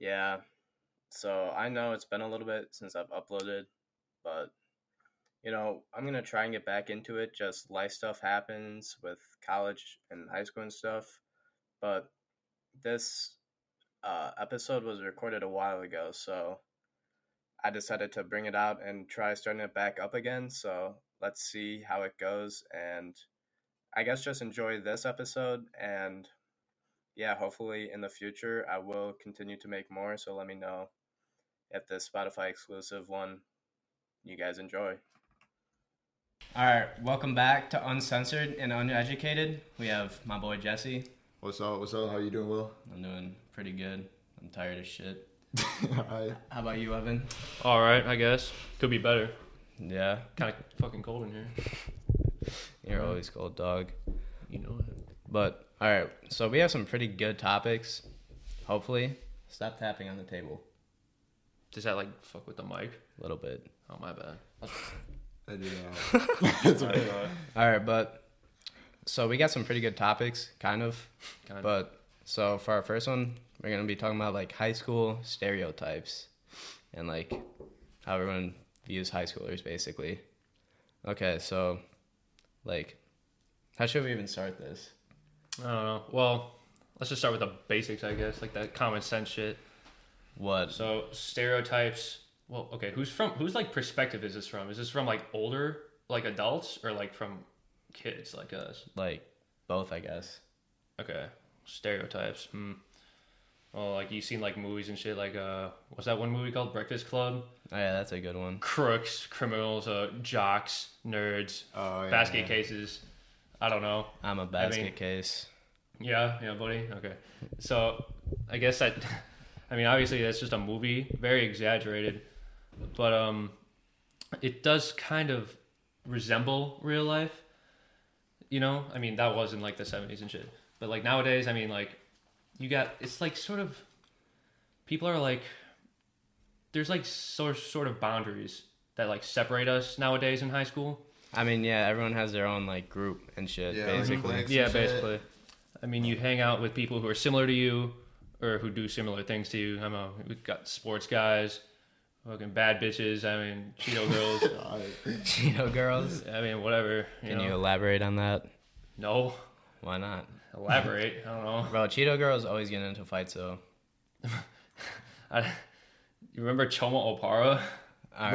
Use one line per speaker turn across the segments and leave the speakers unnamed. Yeah. So I know it's been a little bit since I've uploaded, but you know, I'm gonna try and get back into it. Just life stuff happens with college and high school and stuff. But this uh, episode was recorded a while ago, so I decided to bring it out and try starting it back up again. So let's see how it goes, and I guess just enjoy this episode. And yeah, hopefully in the future I will continue to make more. So let me know if the Spotify exclusive one you guys enjoy. All right, welcome back to Uncensored and Uneducated. We have my boy Jesse.
What's up? What's up? How you doing, Will?
I'm doing pretty good. I'm tired as shit.
All right.
How about you, Evan?
All right, I guess could be better.
Yeah,
Kind of fucking cold in here.
you're always cold, dog.
You know it.
But all right, so we have some pretty good topics. Hopefully, stop tapping on the table
Does that like fuck with the mic?
a little bit.
Oh my bad.
I do know. it's okay.
All right, but so we got some pretty good topics, kind of.
Kind of.
But so for our first one, we're gonna be talking about like high school stereotypes and like how everyone views high schoolers, basically. Okay, so like, how should we even start this?
I don't know. Well, let's just start with the basics, I guess, like that common sense shit.
What?
So stereotypes. Well, okay, who's from? Whose like perspective is this from? Is this from like older, like adults, or like from kids like us?
Like both, I guess.
Okay, stereotypes. Hmm. Well, like you've seen like movies and shit. Like, uh, what's that one movie called? Breakfast Club.
Oh, yeah, that's a good one.
Crooks, criminals, uh, jocks, nerds,
Oh, yeah,
basket
yeah.
cases. I don't know.
I'm a basket
mean-
case.
Yeah, yeah, buddy. Okay. So I guess that I mean obviously that's just a movie, very exaggerated. But um it does kind of resemble real life. You know? I mean that was in like the seventies and shit. But like nowadays, I mean like you got it's like sort of people are like there's like sort sort of boundaries that like separate us nowadays in high school.
I mean, yeah, everyone has their own like group and shit,
Yeah, like
basically.
cliques.
Yeah,
and shit.
basically. I mean, you hang out with people who are similar to you or who do similar things to you. I am a We've got sports guys, fucking bad bitches. I mean, Cheeto girls.
All right.
Cheeto girls.
I mean, whatever. You
Can
know.
you elaborate on that?
No.
Why not?
Elaborate. I don't know.
Bro, Cheeto girls always get into fights though.
I, you remember Choma Opara?
All right, now I'm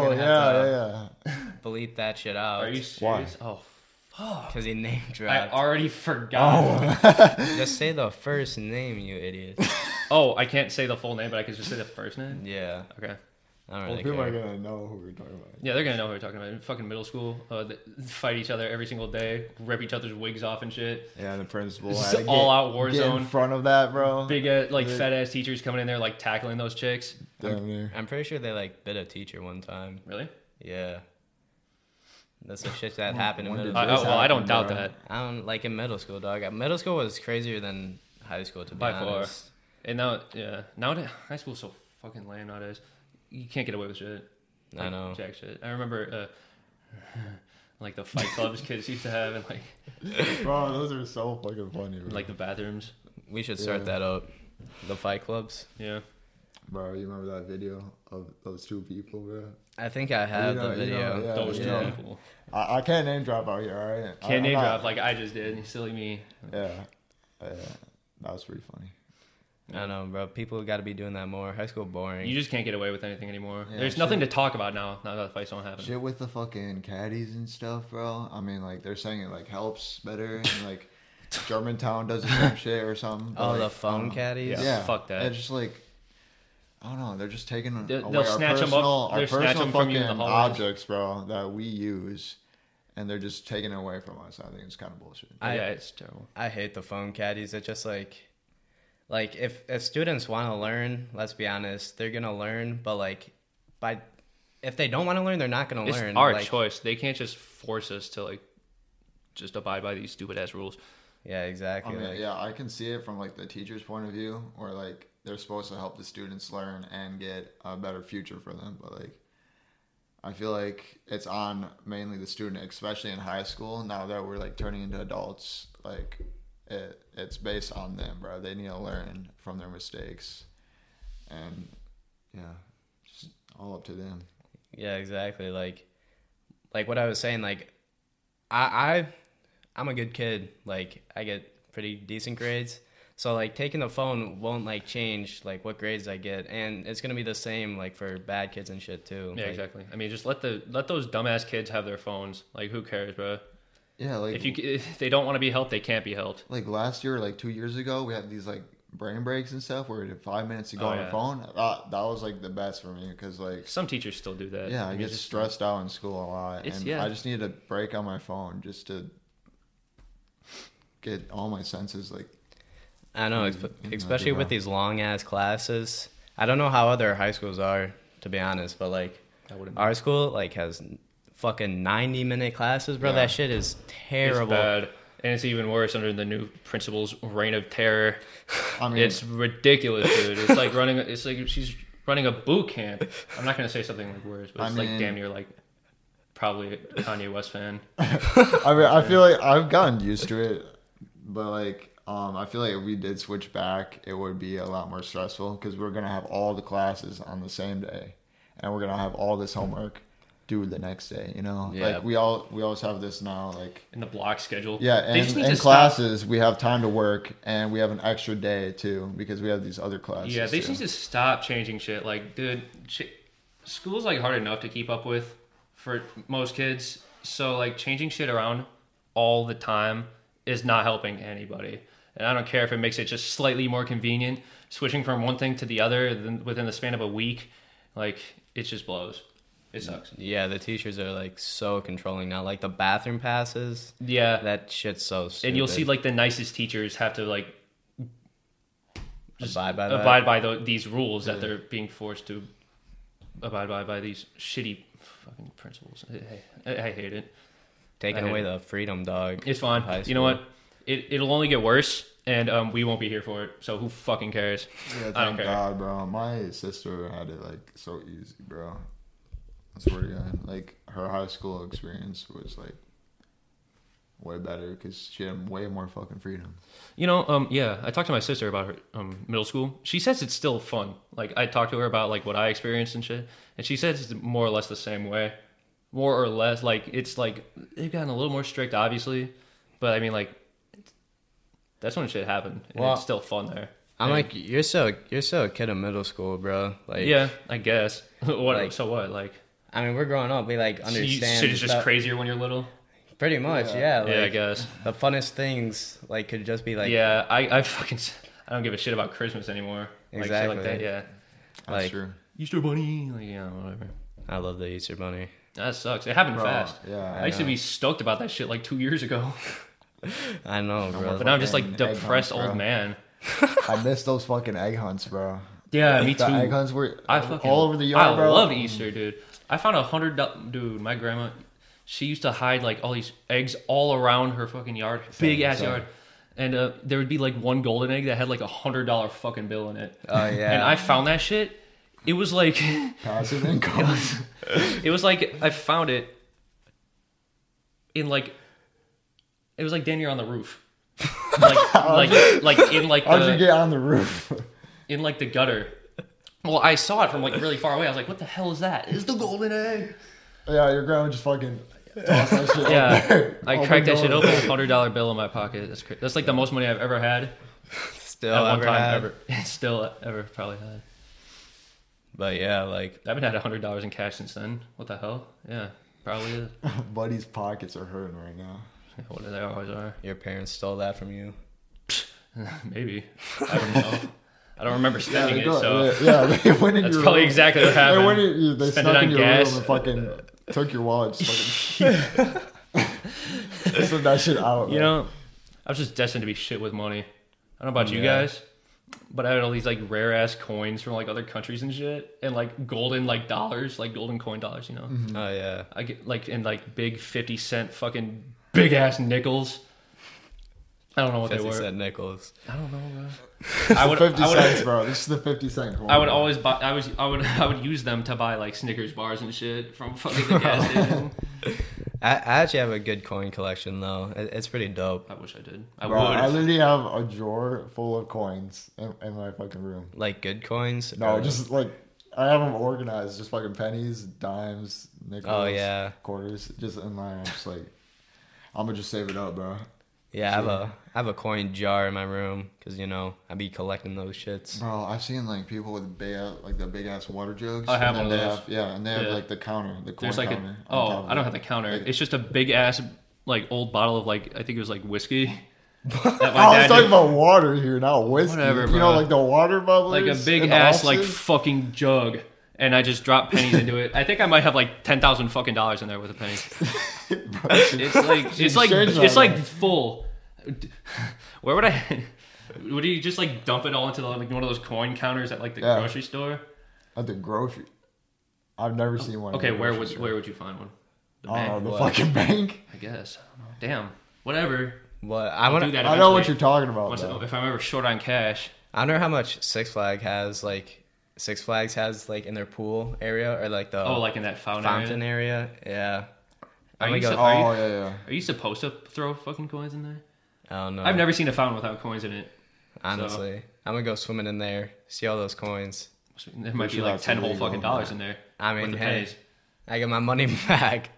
Bro,
gonna have
yeah,
to uh,
yeah, yeah.
bleep that shit out.
Are you
Why?
serious? Oh,
Because he name
I
dropped.
already forgot. Oh.
Just say the first name, you idiot.
Oh, I can't say the full name, but I can just say the first name.
Yeah,
Okay.
I don't
Well,
really
people are
care.
gonna know who we're talking about.
Yeah, they're gonna know who we're talking about. In fucking middle school, uh, they fight each other every single day, rip each other's wigs off and shit.
Yeah, the principal.
This
had
is
to get-
all-out war
get
zone.
in front of that, bro.
big ass, like
Yeah.
fat ass teachers coming in there like tackling those chicks.
Damn near.
I'm pretty sure they like bit a teacher one time.
Really?
Yeah, that's the shit that happened in
when
middle.
did
I, I-
this
School.
well, I
happened,
don't doubt
bro?
that.
I don't like in middle school, dog. Middle school was crazier than high school, to be
By far.
honest.
And now, yeah, nowadays high school's so fucking lame nowadays. You can't get away with shit.
I
Like,
know.
jack shit. I remember, uh, like the Fight Clubs kids used to have, and like
Bro, those are so fucking funny, bro.
like the bathrooms.
We should start
Yeah.
that up. The fight clubs.
Yeah.
bro, you remember that video of those two people, bro?
I think I have
know-
the
you know,
video.
yeah,
Those two
yeah.
people.
I, I can't name drop out here, all right?
Can't
I,
name
I'm
drop
not-
like I just did. Silly me.
Yeah, yeah, that was pretty funny.
I know, bro. People got to be doing that more. High school boring.
You just can't get away with anything anymore.
Yeah,
There's nothing to talk about now. Now that the fights don't happen.
Shit with the fucking caddies and stuff, bro. I mean, like they're saying it like helps better, and like Germantown does the same shit or something. but,
oh,
like, um,
the
I
phone
don't know.
caddies.
Yeah. Fuck that.
It's just like I don't know. They're just taking
They'll-
away
they'll
our
snatch 'em up-
personal, our
they'll snatch
personal
'em from you in the
fucking
hallways.
objects, bro, that we use, and they're just taking it away from us. I think it's kind of bullshit.
I-
yeah, it's terrible.
I hate the phone caddies. It's just like, like if if students want to learn, let's be honest, they're gonna learn. But like, by if they don't want to learn, they're not gonna
It's
learn.
our
Like,
choice. They can't just force us to like just abide by these stupid ass rules.
Yeah,
I
exactly.
mean,
like,
yeah, I can see it from like the teacher's point of view, where like they're supposed to help the students learn and get a better future for them. But like, I feel like it's on mainly the student, especially in high school. Now that we're like turning into adults, like it, it's based on them, bro. They need to learn from their mistakes and yeah, just all up to them.
Yeah, exactly. Like, like what I was saying. Like, I, I, I'm a good kid. Like, I get pretty decent grades. So like taking the phone won't like change like what grades I get, and it's gonna be the same like for bad kids and shit too.
Yeah,
Like,
exactly. I mean, just let the let those dumbass kids have their phones. Like, who cares, bro?
Yeah, like
If you if they don't want to be helped, they can't be helped.
like last year, like two years ago, we had these like brain breaks and stuff where we did five minutes to go
Oh,
on
yeah.
the phone. That, that was like the best for me because like
Some teachers still do that.
yeah, I,
mean,
get
just-
stressed out in school a lot,
It's-
and
yeah.
I just need a break on my phone just to get all my senses like
I know, ex-
mm,
especially
mm,
with
yeah.
these long ass classes. I don't know how other high schools are, to be honest, but like
I wouldn't.
our school like has n- fucking ninety minute classes, bro.
Yeah.
That shit is terrible.
It's bad. And it's even worse under the new principal's reign of terror.
I mean,
It's ridiculous, dude. It's like running. It's like she's running a boot camp. I'm not gonna say something like worse, but
I
it's like
mean-
damn near like probably a Kanye West fan.
I mean, I feel like I've gotten used to it, but like, um, I feel like if we did switch back, it would be a lot more stressful because we're gonna have all the classes on the same day, and we're gonna have all this homework due the next day. You know,
Yeah.
like we all we always have this now. Like,
In the block schedule.
yeah,
They just
and
need
in
to stop-
classes we have time to work, and we have an extra day too because we have these other classes.
Yeah, they just
too.
need to stop changing shit. Like, dude, ch- school's like hard enough to keep up with for most kids. So like changing shit around all the time is not helping anybody. And I don't care if it makes it just slightly more convenient. Switching from one thing to the other than within the span of a week, like it just blows. It sucks.
Yeah, the teachers are like so controlling now. Like the bathroom passes,
Yeah,
that shit's so. Stupid.
and you'll see like the nicest teachers have to like just
Abide by that.
abide by tho- these rules that they're being forced to abide by by these shitty fucking principles. I, I, I hate it.
taking
I-
away the freedom, dog.
It's fine.
High
You know what?
school.
It it'll only get worse, and um, we won't be here for it. So who fucking cares?
Yeah, thank
I don't care.
God, bro. My sister had it like so easy, bro. I swear to God, like her high school experience was like way better because she had way more fucking freedom.
You know, um, yeah, I talked to my sister about her um, middle school. She says it's still fun. Like I talked to her about like what I experienced and shit, and she says it's more or less the same way, more or less. Like it's like they've gotten a little more strict, obviously, but I mean like that's when shit happened, and
Well,
it's still fun there.
I'm like, you're so you're so a kid in middle school, bro. Like,
yeah, I guess. what?
like-
so what? Like
I mean, we're growing up. We like
so you-
understand.
shit is just
stuff-
crazier when you're little.
Pretty much, yeah. like,
yeah, I guess.
the funnest things like could just be like
yeah, I I fucking s- I don't give a shit about Christmas anymore. Like, shit
Exactly.
Like that. Yeah.
That's
Like-
true,
Easter bunny. Like yeah, whatever.
I love the Easter Bunny.
That sucks. It happened
bro.
fast.
Yeah,
I used to be stoked about that shit like two years ago,
I know, bro.
but now I'm just like
Fucking egg
depressed
hunts, bro.
old man.
I miss those fucking egg hunts, bro.
Yeah, me
The egg
too.
hunts were
I fucking
all over the yard,
I
bro.
loved Easter, dude. I found a hundred do- dude. My grandma, she used to hide like all these eggs all around her fucking yard, big ass
same.
yard, and uh, there would be like one golden egg that had like a hundred dollar fucking bill in it.
Oh yeah.
And I found that shit. It was like,
passive income.
it was like I found it in like, it was like damn near on the roof. like, like, like in like
How'd
the,
you get on the roof?
in like the gutter. Well, I saw it from like really far away. I was like, "What the hell is that? It's the golden egg."
yeah, your grandma just fucking tossed that shit. up
Yeah,
there.
I
Open
cracked that shit
door.
open. Hundred dollar bill in my pocket. That's cra- that's like the most money I've ever had
Oh,
still
at one
ever
time
had-
ever. Still ever probably had.
But yeah, like
I haven't had hundred dollars in cash since then. What the hell? Yeah, probably. Is.
Buddy's pockets are hurting right now.
Yeah, What do they always are?
your parents stole that from you.
Maybe. I don't know. I don't remember
Yeah,
spending
they
it,
go-
so
they- yeah, they went in
that's
your
probably
room.
exactly what happened.
They went in, you- they
Spend it
snuck
on
in your
gas.
room and fucking took your wallet. Just fucking slid that shit out.
You
man.
know, I was just destined to be shit with money. I don't know about you
Yeah.
guys, but I had all these like rare ass coins from like other countries and shit, and like golden like dollars, like golden coin dollars. You know,
Mm-hmm.
Oh yeah.
I get like in like big fifty cent fucking big ass nickels. I don't know what they
Fifty
were.
cent nickels.
I don't know. Bro. I would.
fifty
I would,
cents, bro. This is the fifty cent. coin,
I would
bro.
always buy. I was. I would. I would use them to buy like Snickers bars and shit from fucking the gas station.
I, I actually have a good coin collection though. It, it's pretty dope.
I wish I did. I
Bro,
would.
I literally have a drawer full of coins in, in my fucking room.
Like good coins.
No,
or-
just like I have them organized, just fucking pennies, dimes, nickels,
Oh, yeah.
quarters, just in line. I'm just like, I'm gonna just save it up, bro.
yeah. I have a I have a coin jar in my room because you know I be collecting those shits.
Bro, Oh, I've seen like people with big, like the big ass water jugs.
I have
and
one of
they
those.
have- yeah, and they have
Yeah.
like the counter, the coin
There's like a
counter. on top
oh,
of
I don't
it.
have the counter.
Like-
It's just a big ass like old bottle of like I think it was like whiskey. that
Oh, I was
dad
talking
did.
about water here, not whiskey.
Whatever,
you
bro.
know, like the water bubblers.
like a big
in the
ass like
offices?
fucking jug, and I just dropped pennies into it. I think I might have like ten thousand fucking dollars in there with a penny.
Bro,
It's like it's like
Change on
it's like
that.
full. Where would I? Would you just like dump it all into like one of those coin counters at like the
Yeah.
grocery store?
at the grocery. I've never seen one. at
Oh, Okay,
the
where
grocery
would
store.
where would you find one? The
I don't know
bank,
the
what?
fucking bank.
I guess. I don't know. Damn. Whatever.
What I
do
want
that
to.
I know what
eventually.
you're talking about.
Once-
though.
if I'm ever short on cash,
I wonder how much Six Flag has like Six Flags has like in their pool area or like the
oh, like in that fountain.
fountain
area.
area. Yeah.
Are
I'm
you
gonna go.
so- Are
Oh yeah, yeah.
Are you supposed to throw fucking coins in there?
I don't know.
I've never seen a fountain without coins in it.
honestly. I'm gonna go swimming in there. See all those coins.
There might be
sure
like
that's
ten whole
illegal,
fucking
but-
dollars in there.
I
with
mean,
the
hey,
pennies.
I get my money back.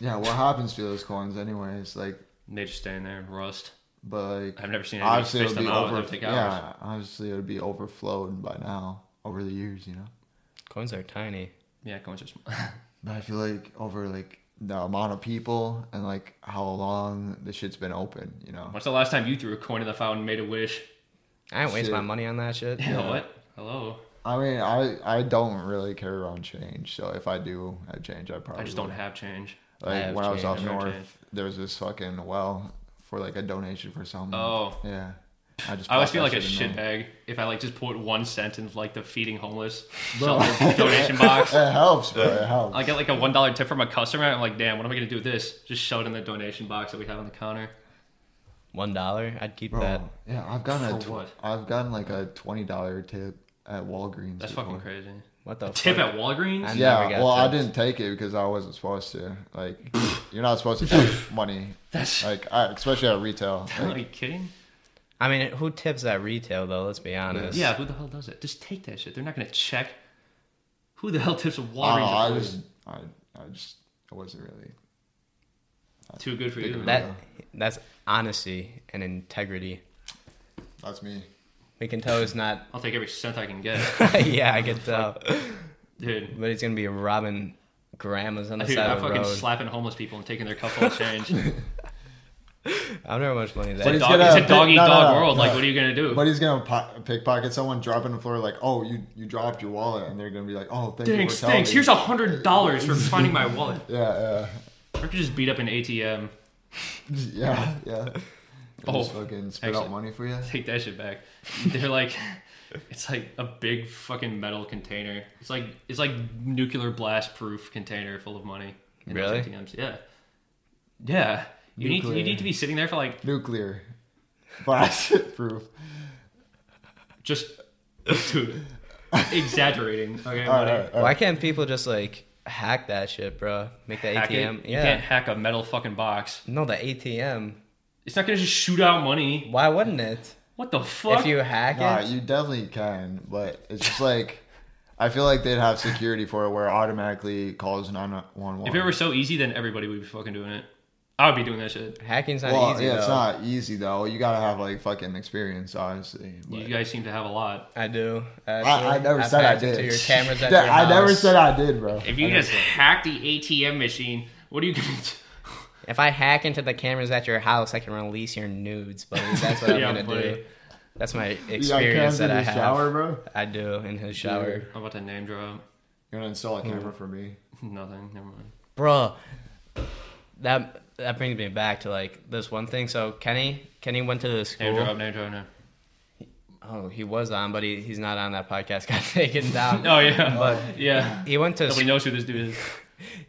Yeah, what happens to those coins, anyways? Like,
They just stay in there and rust.
but like,
I've never seen anyone
obviously
fish
it'll
them
be
out.
over.
Over, take hours.
Yeah, obviously it'll be overflowed by now over the years, you know.
Coins are tiny.
Yeah, coins are small.
But I feel like over like the amount of people and like how long the shit's been open, you know.
When's the last time you threw a coin in the fountain and made a wish?
I ain't waste
Shit.
my money on that shit.
Yeah. What? Hello.
I mean, I I don't really carry around change, so if I do have change, I probably
I just don't have change.
Like
have
when I was
change.
up
I have
north,
change.
there was this fucking well for like a donation for something.
Oh.
yeah. I just
I always
popped
feel
that
like a
in there.
shitbag if I like just put one cent in like the feeding homeless
Bro.
shelter donation box.
It helps, bro. It helps.
I get like a one dollar tip from a customer. I'm like, damn, what am I gonna do with this? Just shove it in the donation box that we have on the counter.
One dollar, I'd keep
Bro,
that.
yeah, I've gotten
For
a tw-
what?
I've gotten like a twenty dollar tip at Walgreens.
That's
before.
fucking crazy.
What the
Tip
fuck?
at Walgreens?
I
Yeah,
never got
well, I
tips.
didn't take it because I wasn't supposed to. Like, you're not supposed to take money,
That's.
like I, especially at retail.
Are you kidding?
I mean, who tips at retail though? Let's be honest.
Yeah, who the hell does it? Just take that shit. They're not gonna check. Who the hell tips a Walgreens?
I, don't know, I
employee?
was, I, I just, I wasn't really.
Too good for you.
That that's honesty and integrity.
That's me.
We can tell he's not.
I'll take every cent I can get,
yeah, I could tell.
dude.
But he's gonna be robbing grandmas on the
Dude,
side
I'm
of the
fucking
road.
slapping homeless people and taking their cup full of change. It's
I don't know how much money that.
But
a
he's
dog,
gonna-
it's a
no,
dog eat
no,
dog
no,
world. Like,
no.
what are you gonna do?
But he's gonna po- pickpocket someone, drop it on the floor, like, "Oh, you, you dropped your wallet," and they're gonna be like, "Oh, thank you
Dang,
for telling
stinks.
me."
Here's a hundred dollars for finding my wallet.
yeah,
Or could just beat up an ATM.
yeah, yeah, yeah.
Oh,
Oh, just fucking spit
actually-
out money for you.
Take that shit back. They're like, it's like a big fucking metal container. It's like it's like nuclear blast proof container full of money. in those
Really?
ATMs. Yeah. Yeah. You need, to, you
Nuclear.
need to be sitting there for like
Nuclear, blast proof.
just dude exaggerating. Okay,
All right,
buddy.
all right, all
Why
right.
can't people just like hack that shit, bro? Make the
Hack it.
ATM.
You can't
Yeah.
hack a metal fucking box.
No, the ATM.
It's not gonna just shoot out money.
Why wouldn't it?
What the fuck?
If you hack
Nah,
it,
you definitely can, but it's just like I feel like they'd have security for it, where it automatically calls nine one one.
if it were so easy, then everybody would be fucking doing it. I would be doing that shit.
hacking's not
well,
easy.
yeah, it's
though.
not easy though. You gotta have like fucking experience, obviously.
You
but-
guys seem to have a lot.
I do.
I, I
actually.
never
I've
said I
hacked
did.
into your cameras at
Yeah,
your
I never
house.
said I did, bro.
If you just hack the ATM machine, what are you gonna do?
If I hack into the cameras at your house, I can release your nudes, buddy. That's what I'm
Yeah,
gonna
buddy.
do. That's my
Yeah, I
experience
can't
that I
do the
have.
shower, bro.
I do in his shower,
I'm about to name drop.
You're gonna install a
Hmm.
camera for me.
Nothing. Never mind.
bro. That that brings me back to like this one thing. So Kenny, Kenny went to the
Name
school.
drop. Name drop. No.
Oh, he was on, but he, he's not on that podcast. Got taken down.
Oh yeah. yeah.
He went to
Nobody knows who this dude is.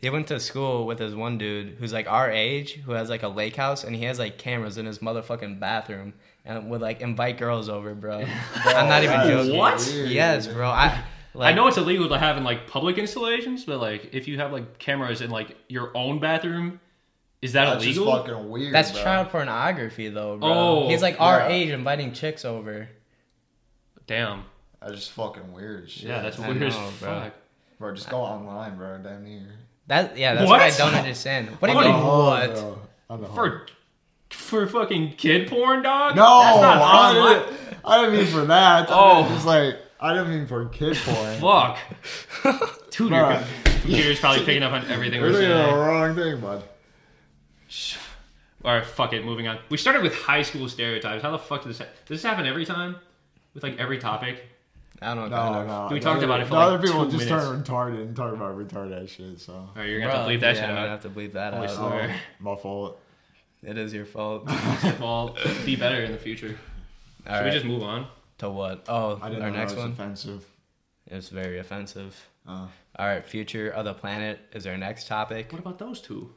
He went to school with this one dude who's like our age, who has like a lake house, and he has like cameras in his motherfucking bathroom, and would like invite girls over, bro. I'm not even
That's
joking.
What?
weird,
Yes,
man.
bro. I Like,
I know it's illegal to have in like public installations, but like if you have like cameras in like your own bathroom, is that
That's
illegal?
just fucking weird.
that's
bro.
child pornography though, bro.
Oh,
He's like our
yeah.
age inviting chicks over.
Damn.
That's just fucking weird. as Shit.
Yeah, that's
I
weird as
know,
fuck.
bro.
Bro, just go online, bro. Damn near.
That yeah, that's
What?
what I don't understand. What do you
What?
mean
Oh,
what?
bro. On the home.
For for fucking kid porn, dog.
no,
that's not
I
online.
didn't, I didn't mean for that.
Oh.
Oh, just like I didn't mean for kid porn.
Fuck. Dude, your
Bruh.
com- computer's probably picking up on everything
You're
we're
thinking of the
saying.
wrong thing, bud.
All right, fuck it. Moving on. We started with high school stereotypes. How the fuck did this? Ha- does this happen every time? With like every topic.
I don't
No,
know.
no.
We
the
talked
other-
about it for
the
like
other people
two
just turn retarded and talk about retarded shit. So
All right, you're gonna have to leave that
yeah,
shit
I'm
out.
gonna have to bleep that
Holy
out.
smokes. Alright.
my fault.
It is your fault.
Well, be better in the future. Should
All
we
right.
just move on?
to what? Oh,
I didn't
our
know
next
that was
one.
offensive.
It was very offensive.
Uh,
All right, future of the planet is our next topic.
What about those two?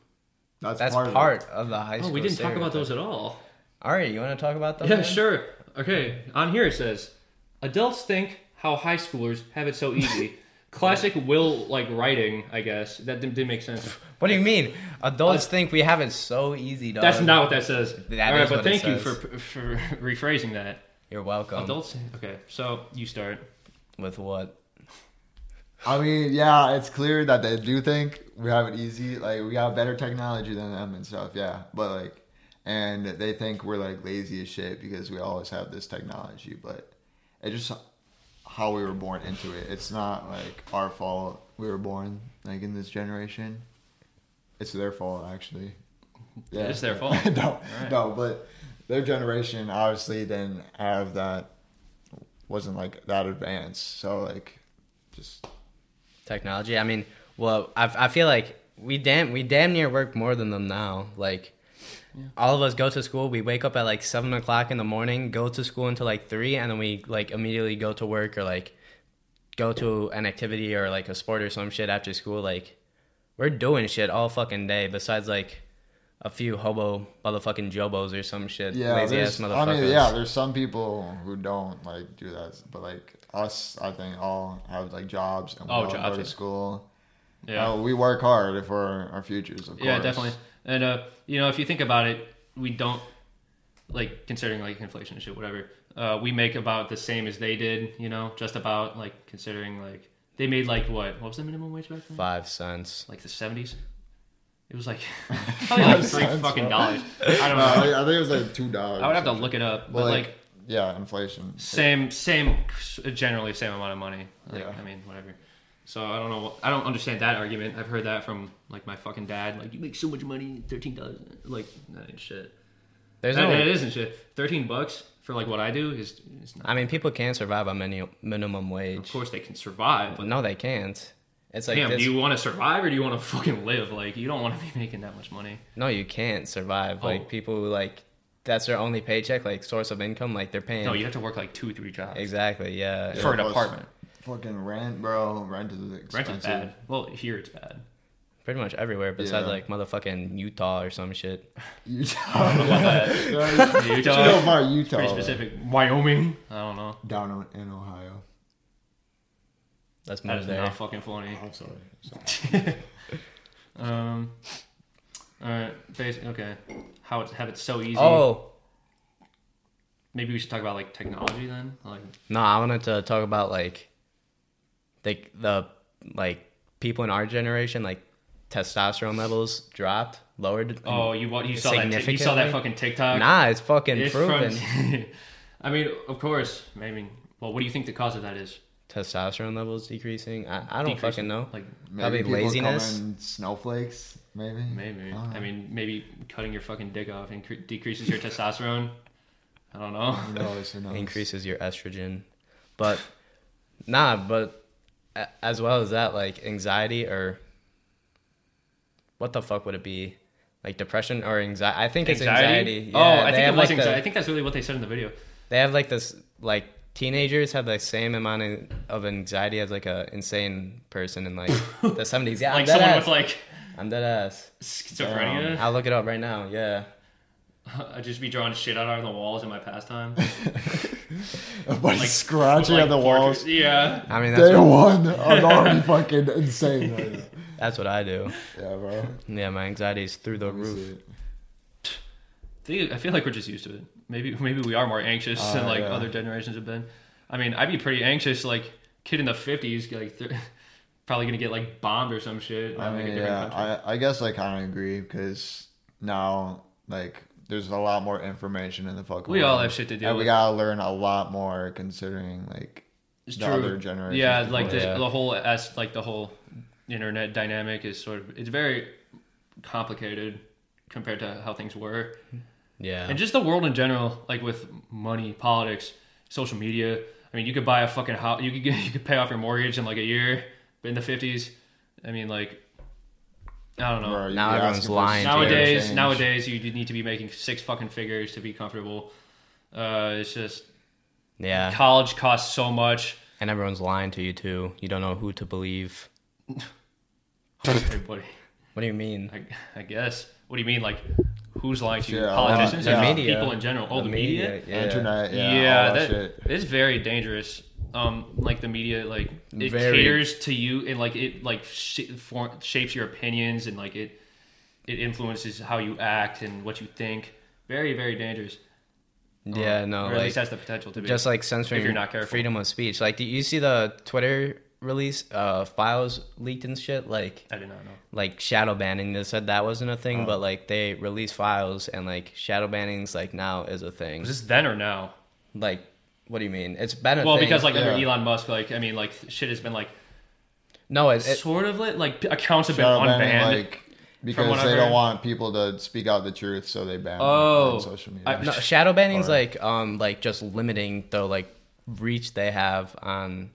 that's,
That's
part.
part,
of it.
of the high
Oh,
school.
we didn't talk
stereotype.
about those at all.
All right, you want to talk about those?
Yeah,
then?
sure. Okay, on here it says adults think how high schoolers have it so easy. Classic Will like writing, I guess that didn't, didn't make sense.
What do you mean? Adults think we have it so easy, dog.
That's not what that says.
Um, That
all right,
is
but
what it
thank you for
says. Um,
for rephrasing that.
You're welcome.
Adults. Okay, so you start.
With what?
I mean, yeah, it's clear that they do think we have it easy. Like we have better technology than them and stuff. Yeah, but like, and they think we're like lazy as shit because we always have this technology. But it's just how we were born into it. It's not like our fault. We were born like in this generation. It's their fault actually. Yeah,
It's their fault.
no, no, but their generation obviously didn't have that. Wasn't like that advanced. So like, just.
Technology. I mean, well, I, I feel like we damn we damn near work more than them now. Like, all of us go to school. We wake up at like seven o'clock in the morning, go to school until like three, and then we like immediately go to work or like go to an activity or like a sport or some shit after school. Like, we're doing shit all fucking day. Besides like a few hobo motherfucking jobos or some shit.
Yeah,
lazy ass
there's-
motherfuckers.
I mean, yeah, there's some people who don't like do that, but like us, I think all have like jobs and we
Oh,
all
jobs,
go to
yeah.
school.
Yeah.
Uh, we work hard for our futures, of
Yeah,
course.
definitely. And uh, you know, if you think about it, we don't like considering like inflation and shit, whatever. Uh, we make about the same as they did, you know, just about like considering like they made like what? What was the minimum wage back then?
Five cents.
Like the seventies. It was like probably like three
Cents,
fucking
huh?
dollars. I don't
Uh, I
know.
think- I think it was like two dollars.
I would have to look it up, but
Well,
like,
like- Yeah, inflation.
same, same, generally same amount of money. Like,
Yeah.
I mean, whatever. So I don't know. what- I don't understand that argument. I've heard that from like my fucking dad. Like you make so much money, thirteen dollars. Like that ain't shit.
There's
No,
no.
it isn't shit. Thirteen bucks for like what I do is, is not.
I mean, people can survive on minu- minimum wage.
Of course, they can survive, but
No, they can't. It's like
damn,
this-
do you want to survive or do you want to fucking live? Like, you don't want to be making that much money.
no, you can't survive.
Oh.
Like people who like that's their only paycheck, like source of income. Like they're paying.
No, you have to work like two, three jobs
exactly. Yeah.
for an
Plus
apartment.
Fucking rent, bro. Rent is
Rent
expensive.
is bad. Well, here it's bad.
Pretty much everywhere besides
Yeah.
like motherfucking Utah or some shit.
Utah.
Utah.
You know about Utah.
Uh, Pretty specific. Wyoming. I don't know.
Down on- in Ohio.
Let's
That
move
is
there.
not fucking funny.
I'm sorry.
um. All right. Basically, okay. How it's have it so easy.
Oh
Maybe we should talk about like technology then. Like,
no, I wanted to talk about like the the like people in our generation like testosterone levels dropped, lowered.
oh, you what? You saw that? T- you saw that
Significantly?
fucking TikTok?
nah, it's fucking
It's
proven.
from- I mean, of course. I mean, well, what do you think the cause of that is?
Testosterone levels decreasing. I, I don't
Decreasing?
fucking know.
Like,
Maybe
Probably
people
laziness.
call in Snowflakes, maybe. don't
maybe.
know.
I mean, maybe cutting your fucking dick off incre- decreases your testosterone. I don't know.
Who knows, who knows?
increases your estrogen. But nah, but a- as well as that, like anxiety or what the fuck would it be? Like depression or anxiety? I think it's anxiety.
oh,
Yeah,
I
they
think it
have,
was
like,
anxiety.
the-
I think that's really what they said in the video.
they have like this like teenagers have the same amount of- of anxiety as like a insane person in like the seventies. Yeah,
Like
I'm dead
someone
ass.
with like
I'm dead ass.
schizophrenia.
I'll look it up right now. Yeah,
I'd just be drawing shit out on the walls in my pastime.
Everybody's
Like-
scratching
Like
at the
portraits.
walls.
Yeah.
I mean, that's
Day
what,
one, I'm already fucking insane. Right now.
that's what I do.
Yeah, bro.
Yeah, my anxiety is through the
Let me
roof.
see it.
I think- I feel like we're just used to it. Maybe maybe we are more anxious than
Uh,
like
yeah.
other generations have been. I mean, I'd be pretty anxious. Like kid in the fifties, like th- probably gonna get like bombed or some shit.
I
I'm in a
mean,
different
yeah,
country.
I, I guess I kind of agree because now, like, there's a lot more information in the fucking
We all
world.
have shit to deal
And we
with.
gotta learn a lot more considering, like,
It's
the
true.
other generations.
yeah, like
before
the,
us.
Yeah.
the whole as like the whole internet dynamic is sort of it's very complicated compared to how things were,
Yeah.
and just the world in general, like with money, politics, social media. I mean, you could buy a fucking house, you could get, you could pay off your mortgage in like a year in the fifties. I mean, like I don't know.
Bro, you'd
Now
be
everyone's
asking for
lying to you.
Nowadays,
change.
nowadays you need to be making six fucking figures to be comfortable. Uh, it's just
Yeah.
college costs so much.
And everyone's lying to you, too. You don't know who to believe.
Everybody.
What do you mean?
I, I guess. What do you mean? Like, who's lying to you?
Yeah, a lot.
Politicians
The
or just
media.
people in general? Oh, the, media?
Yeah.
internet, yeah,
Yeah,
all that,
that,
shit.
it's very dangerous. Um, like the media, like it
Very.
caters to you and like it like sh- form, shapes your opinions and like it it influences how you act and what you think. Very, very dangerous. Um,
Yeah, no.
or at
Like,
least has the potential to be.
just like censoring
if you're not careful.
freedom of speech. Like, do you see the Twitter release uh, files leaked and shit? Like,
I did not know.
like shadow banning. They said that wasn't a thing,
Oh.
but like they release files and like shadow banning's like now is a thing.
Was this then or now?
like, what do you mean? It's been a
Well,
thing.
because like under
yeah.
Elon Musk, like I mean, like shit has been like
no, it, it,
sort of lit. Like accounts have been
Shadow
unbanned.
banning, like, because
what I've
they don't
heard.
want people to speak out the truth, so they ban them
Oh.
on social media.
I-
no, shadow banning's
Or-
like um like just limiting the like reach they have on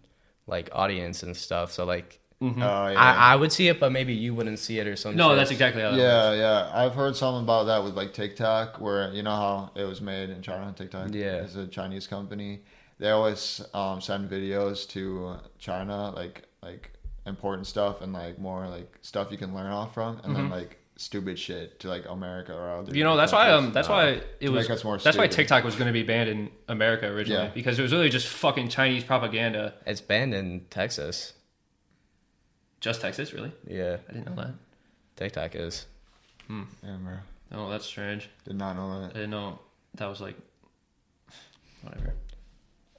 like audience and stuff. So like
Oh, yeah.
I, I would see it, but maybe you wouldn't see it or something.
no, that's exactly how. that works.
yeah, yeah. I've heard something about that with like TikTok, where you know how it was made in China. TikTok,
Yeah.
is a Chinese company. They always um, send videos to China, like like important stuff and like more like stuff you can learn off from, and then like stupid shit to like America or other.
Mm-hmm. You know, that's why
countries.
um that's
Uh,
why it
to
was
make us more
that's why
stupid.
TikTok was going to be banned in America originally
Yeah.
because it was really just fucking Chinese propaganda.
it's banned in Texas.
Just Texas, really?
Yeah,
I didn't know that.
TikTok is.
Yeah, bro.
Oh, that's strange.
Did not know
I
that.
didn't know that was like whatever.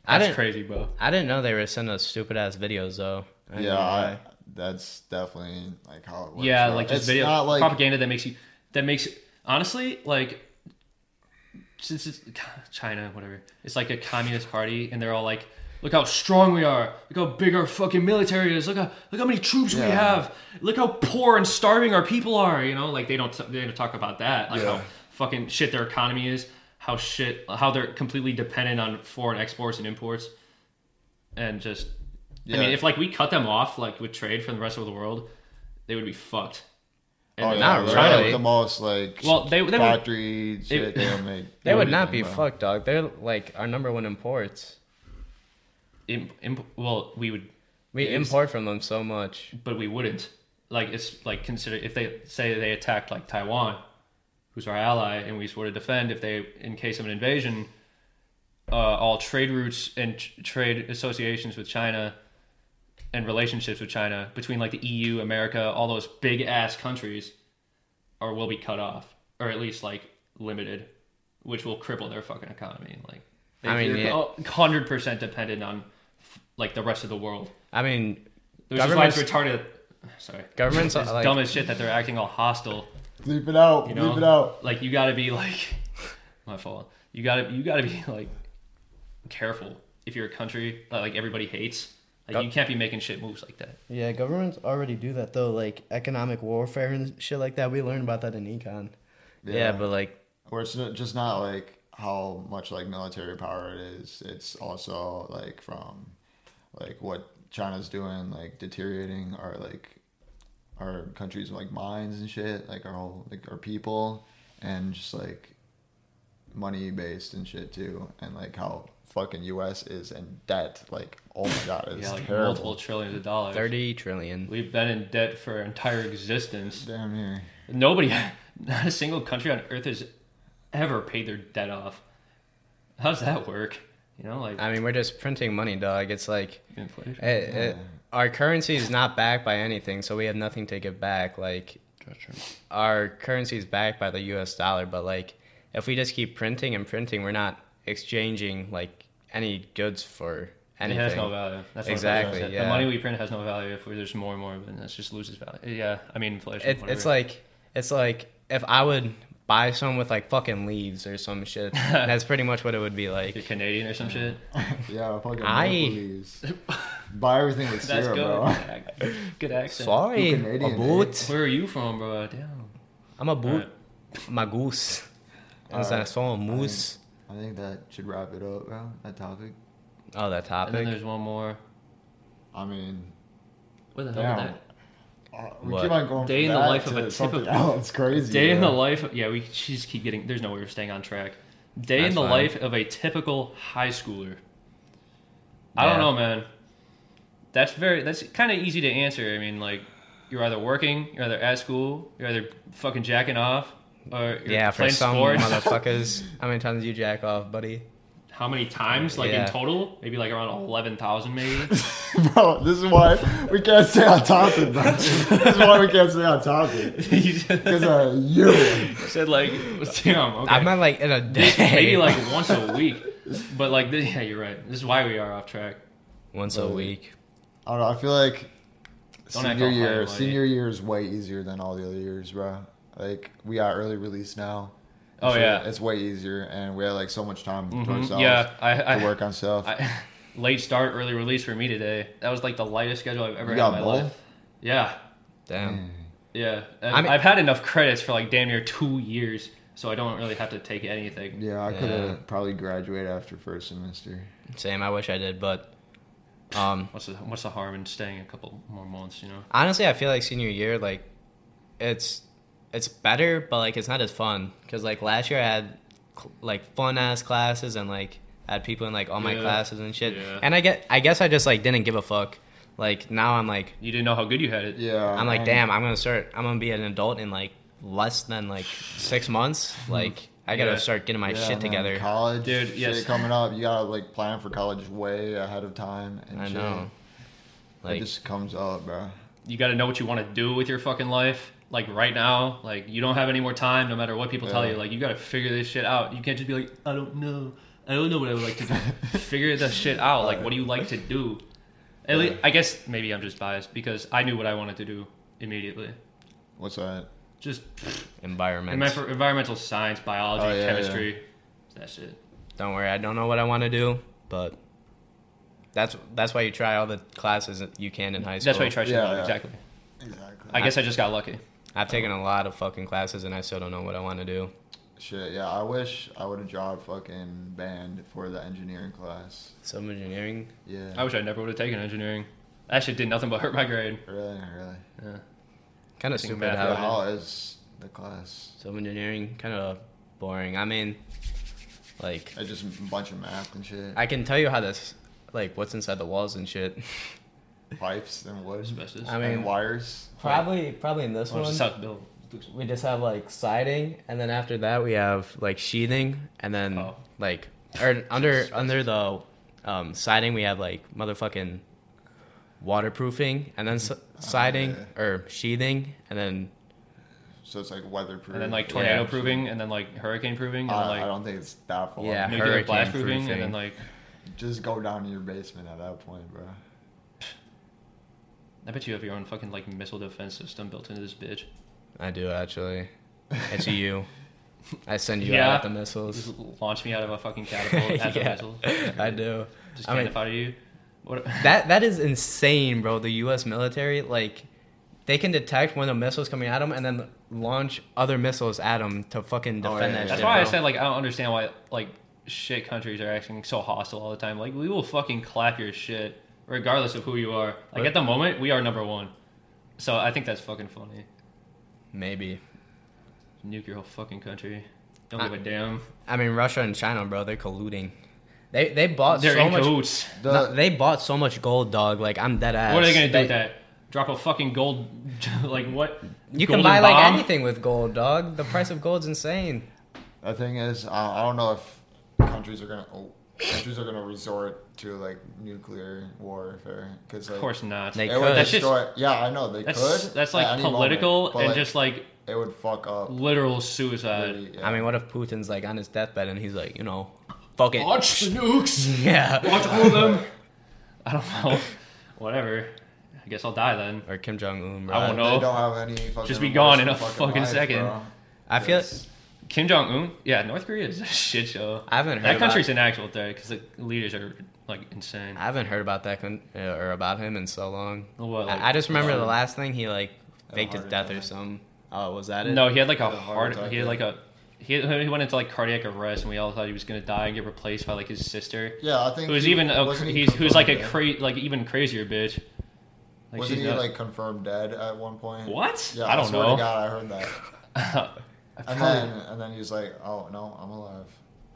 I
That's
didn't.
crazy, bro.
I didn't know they were sending us stupid ass videos though. I
yeah,
don't know
I,
why.
that's definitely like how it works.
yeah,
bro.
like just
it's
video
Not like
propaganda that makes you that makes honestly like since it's China, whatever. It's like a communist party, and they're all like, "Look how strong we are! Look how big our fucking military is! Look how look how many troops we
Yeah.
have! Look how poor and starving our people are!" You know, like they don't they don't talk about that, like how
Yeah.
fucking shit their economy is, how shit how they're completely dependent on foreign exports and imports, and just I mean,
Yeah.
if like we cut them off like with trade from the rest of the world, they would be fucked. And
oh, yeah,
Not
they're, like,
really.
the most like
Well, they- they would-
factory shit they don't make.
They would not be
Bro.
fucked, dog. They're like our number one imports.
Im- imp- well, we would
We
Yes.
import from them so much.
but we wouldn't. Like it's like consider if they say they attacked like Taiwan, who's our ally, and we sort of defend if they in case of an invasion, uh, all trade routes and tr- trade associations with China, and relationships with China between like the EU, America, all those big ass countries, are will be cut off or at least like limited, which will cripple their fucking economy. Like they,
I mean, yeah.
hundred percent dependent on like the rest of the world.
I mean,
Which is why
Governments-
it's retarded. Sorry.
Governments are,
it's
like-
dumb as shit that they're acting all hostile.
Bleep it out.
You know,
Bleep it out.
like you gotta be like, my fault. You gotta you gotta be like careful if you're a country that like everybody hates. Like
Go-
you can't be making shit moves like that.
yeah, governments already do that though, like economic warfare and shit like that. We learned about that in econ. Yeah,
Yeah.
but like,
Or it's not- just not like how much like military power it is. It's also like from like what China's doing, like deteriorating our like our countries like mines and shit, like our whole like our people and just like money based and shit too. And like how fucking US is in debt. Like oh my god, it's
yeah, like
terrible.
multiple trillions of dollars.
thirty trillion.
We've been in debt for our entire existence.
Damn near.
Nobody, not a single country on earth is ever pay their debt off. How does that work? You know, like
I mean, we're just printing money, dog. It's like
inflation.
it, it, our currency is not backed by anything, so we have nothing to give back. Like our currency is backed by the U.S. dollar, but like if we just keep printing and printing, we're not exchanging like any goods for
It
anything.
has no value. That's what I'm trying to
Exactly,
say. The
yeah.
money we print has no value if there's more and more of it. and It just loses value. Yeah, I mean inflation.
It, it's
whatever.
like it's like if I would buy some with like fucking leaves or some shit. that's pretty much what it would be
If you're
like.
Canadian or some shit.
Yeah, fucking
I-
maple leaves. Buy everything with
That's
syrup,
good.
bro.
Good accent.
Sorry,
You Canadian, eh?
a boot.
Where are you from, bro? Damn.
I'm a boot.
Alright.
My goose. And it's
Alright.
not a song, moose.
I think that should wrap it up, bro. That topic.
Oh, that
And then
topic.
there's one more.
I mean,
What the hell did
damn.
that?
Uh, we
What?
keep on going.
Day
from
in the
that
life of
to
a
something
typical-
else crazy.
Day in the
bro.
life. Yeah, we just keep getting. There's no way we're staying on track. Day in
That's
the
fine.
life of a typical high schooler. I don't
Yeah.
know, man. That's very. That's kind of easy to answer. I mean, like, you're either working, you're either at school, you're either fucking jacking off, or you're
Yeah, for
playing
some
sports.
motherfuckers. How many times do you jack off, buddy?
How many times? Like
Yeah.
in total, maybe like around eleven thousand, maybe.
bro, this is why we can't stay on topic, bro. this is why we can't stay on topic. Because uh, you.
said like, damn. Okay.
I meant like in a day.
maybe like once a week. But like, th- yeah, you're right. This is why we are off track.
once a week.
I don't know. I feel like
Don't act
senior
all high
year,
and mighty.
senior year is way easier than all the other years, bro. Like we got early release now.
Oh,
So
yeah.
it's way easier, and we had like so much time to
Mhm.
ourselves
Yeah, I, I
to work on stuff.
I, late start, early release for me today. That was like the lightest schedule I've ever
You
had
got
in my
both?
life. Yeah, Hmm.
Damn.
yeah.
I
I
mean-
I've had enough credits for like damn near two years, so I don't really have to take anything.
yeah, I could
Yeah.
have probably graduated after first semester.
Same. I wish I did, but um,
What's the, what's the harm in staying a couple more months? You know,
honestly, I feel like senior year, like it's it's better, but like it's not as fun because like last year I had cl- like fun ass classes and like I had people in like all my
Yeah.
classes and shit.
Yeah.
And I get, I guess I just like didn't give a fuck. Like now I'm like,
you didn't know how good you had it.
Yeah,
I'm like,
and-
damn, I'm gonna start. I'm gonna be an adult in like less than like six months. Like, I gotta
Yeah.
start getting my
yeah,
shit
man,
together.
College,
Dude,
shit
yes.
coming up. You gotta like plan for college way ahead of time. And
I
shit.
know.
it
Like,
just comes up, bro.
you got to know what you want to do with your fucking life. Like right now, like you don't have any more time. No matter what people tell
Yeah.
you, like you got to figure this shit out. You can't just be like, I don't know, I don't know what I would like to do. figure this shit out. Like, what do you like to do? At least, I guess maybe I'm just biased because I knew what I wanted to do immediately.
What's that?
Just
environment.
envi- environmental science, biology,
Oh, yeah,
chemistry. That's it.
Don't worry, I don't know what I want to do, but that's that's why you try all the classes that you can in high school.
That's why you try shit
Yeah,
out
yeah.
exactly.
Exactly.
I guess I just got lucky.
I've taken a lot of fucking classes, and I still don't know what I want to do.
Shit, yeah. I wish I would have dropped fucking band for the engineering class.
Sub engineering.
Yeah.
I wish I never would have taken engineering. That shit did nothing but hurt my grade.
Really, really.
Yeah.
Kind of
think
stupid
math
how
Yeah,
would-
how is the class?
sub engineering kind of boring. I mean, like
It's just a bunch of math and shit.
I can tell you how this, like what's inside the walls and shit.
Pipes and wood.
Asbestos.
I mean,
and wires.
Probably, probably in this
Or just how to build.
we just have like siding and then after that we have like sheathing and then
Oh.
like or under under the um, siding we have like motherfucking waterproofing and then s-
Oh,
siding or sheathing and then
So it's like weatherproof.
and then like tornado
Mm, Yeah. Uh,
proving, and then like hurricane proving, and
I,
then like
I don't think it's that far.
Yeah.
nuclear
Hurricane
blast proving, and
proofing.
then like
Just go down to your basement at that point, bro.
I bet you have your own fucking like missile defense system built into this bitch.
I do actually it's a you I send you
Yeah.
out the missiles
Just launch me out of a fucking catapult at the
Yeah,
missile.
I do
Just
I
can't
mean-
out of you. What?
that that is insane bro the U.S. military like they can detect when a missile's coming at them and then launch other missiles at them to fucking
Oh,
defend that
yeah, yeah.
That's
shit
why I
bro.
said like I don't understand why like shit countries are acting so hostile all the time. Like we will fucking clap your shit regardless of who you are. Like
Right.
at the moment we are number one, so I think that's fucking funny.
maybe
Nuke your whole fucking country. Don't
I-
give a damn.
I mean, Russia and China, bro, they're colluding. They they bought
They're
Oh, so
in
much.
cahoots.
The,
no, they bought so much gold, dog. Like I'm dead ass.
What are they gonna do with that? Drop a fucking gold, like what?
You can
Golden
buy like
bomb?
anything with gold, dog. The price of gold's insane.
The thing is, uh, I don't know if countries are gonna oh, countries are gonna resort to like nuclear warfare because like,
Of course not.
They
it
could.
would
That's
just-
destroy. yeah, I know they
that's
could.
that's
at
like
any moment,
political
but,
and
like,
just like
it would fuck up.
literal suicide.
really, yeah.
I mean, what if Putin's like on his deathbed and he's like, you know, fuck it.
Watch the nukes.
Yeah.
Watch all of them. I don't know. Whatever. I guess I'll die then.
Or Kim Jong Un.
I won't know.
They don't have any fucking
Just be
remorse
gone in
for
a fucking
life,
second.
bro.
I feel.
Yes.
Kim Jong Un. Yeah, North Korea is a shit show.
I haven't heard
That
about-
country's an actual threat because the leaders are like insane.
I haven't heard about that con- uh, or about him in so long.
What, like- um, Oh,
I, I just remember the last thing he like faked his
heart
death or
attack.
something. Oh, was that it?
No, he had like a
Had a heart
heart.
attack,
He had
yeah.
like a. He, he went into like cardiac arrest, and we all thought he was gonna die and get replaced by like his sister,
Yeah, I think
who's
he-
even a,
wasn't he
he's who's like a
confirmed dead?
cra- like even crazier bitch. Like
wasn't
she's
he
not-
like confirmed dead at one point?
what?
Yeah,
I don't
swear
know.
To God, I heard that.
I
And
probably-
then and then he's like, "Oh no, I'm alive."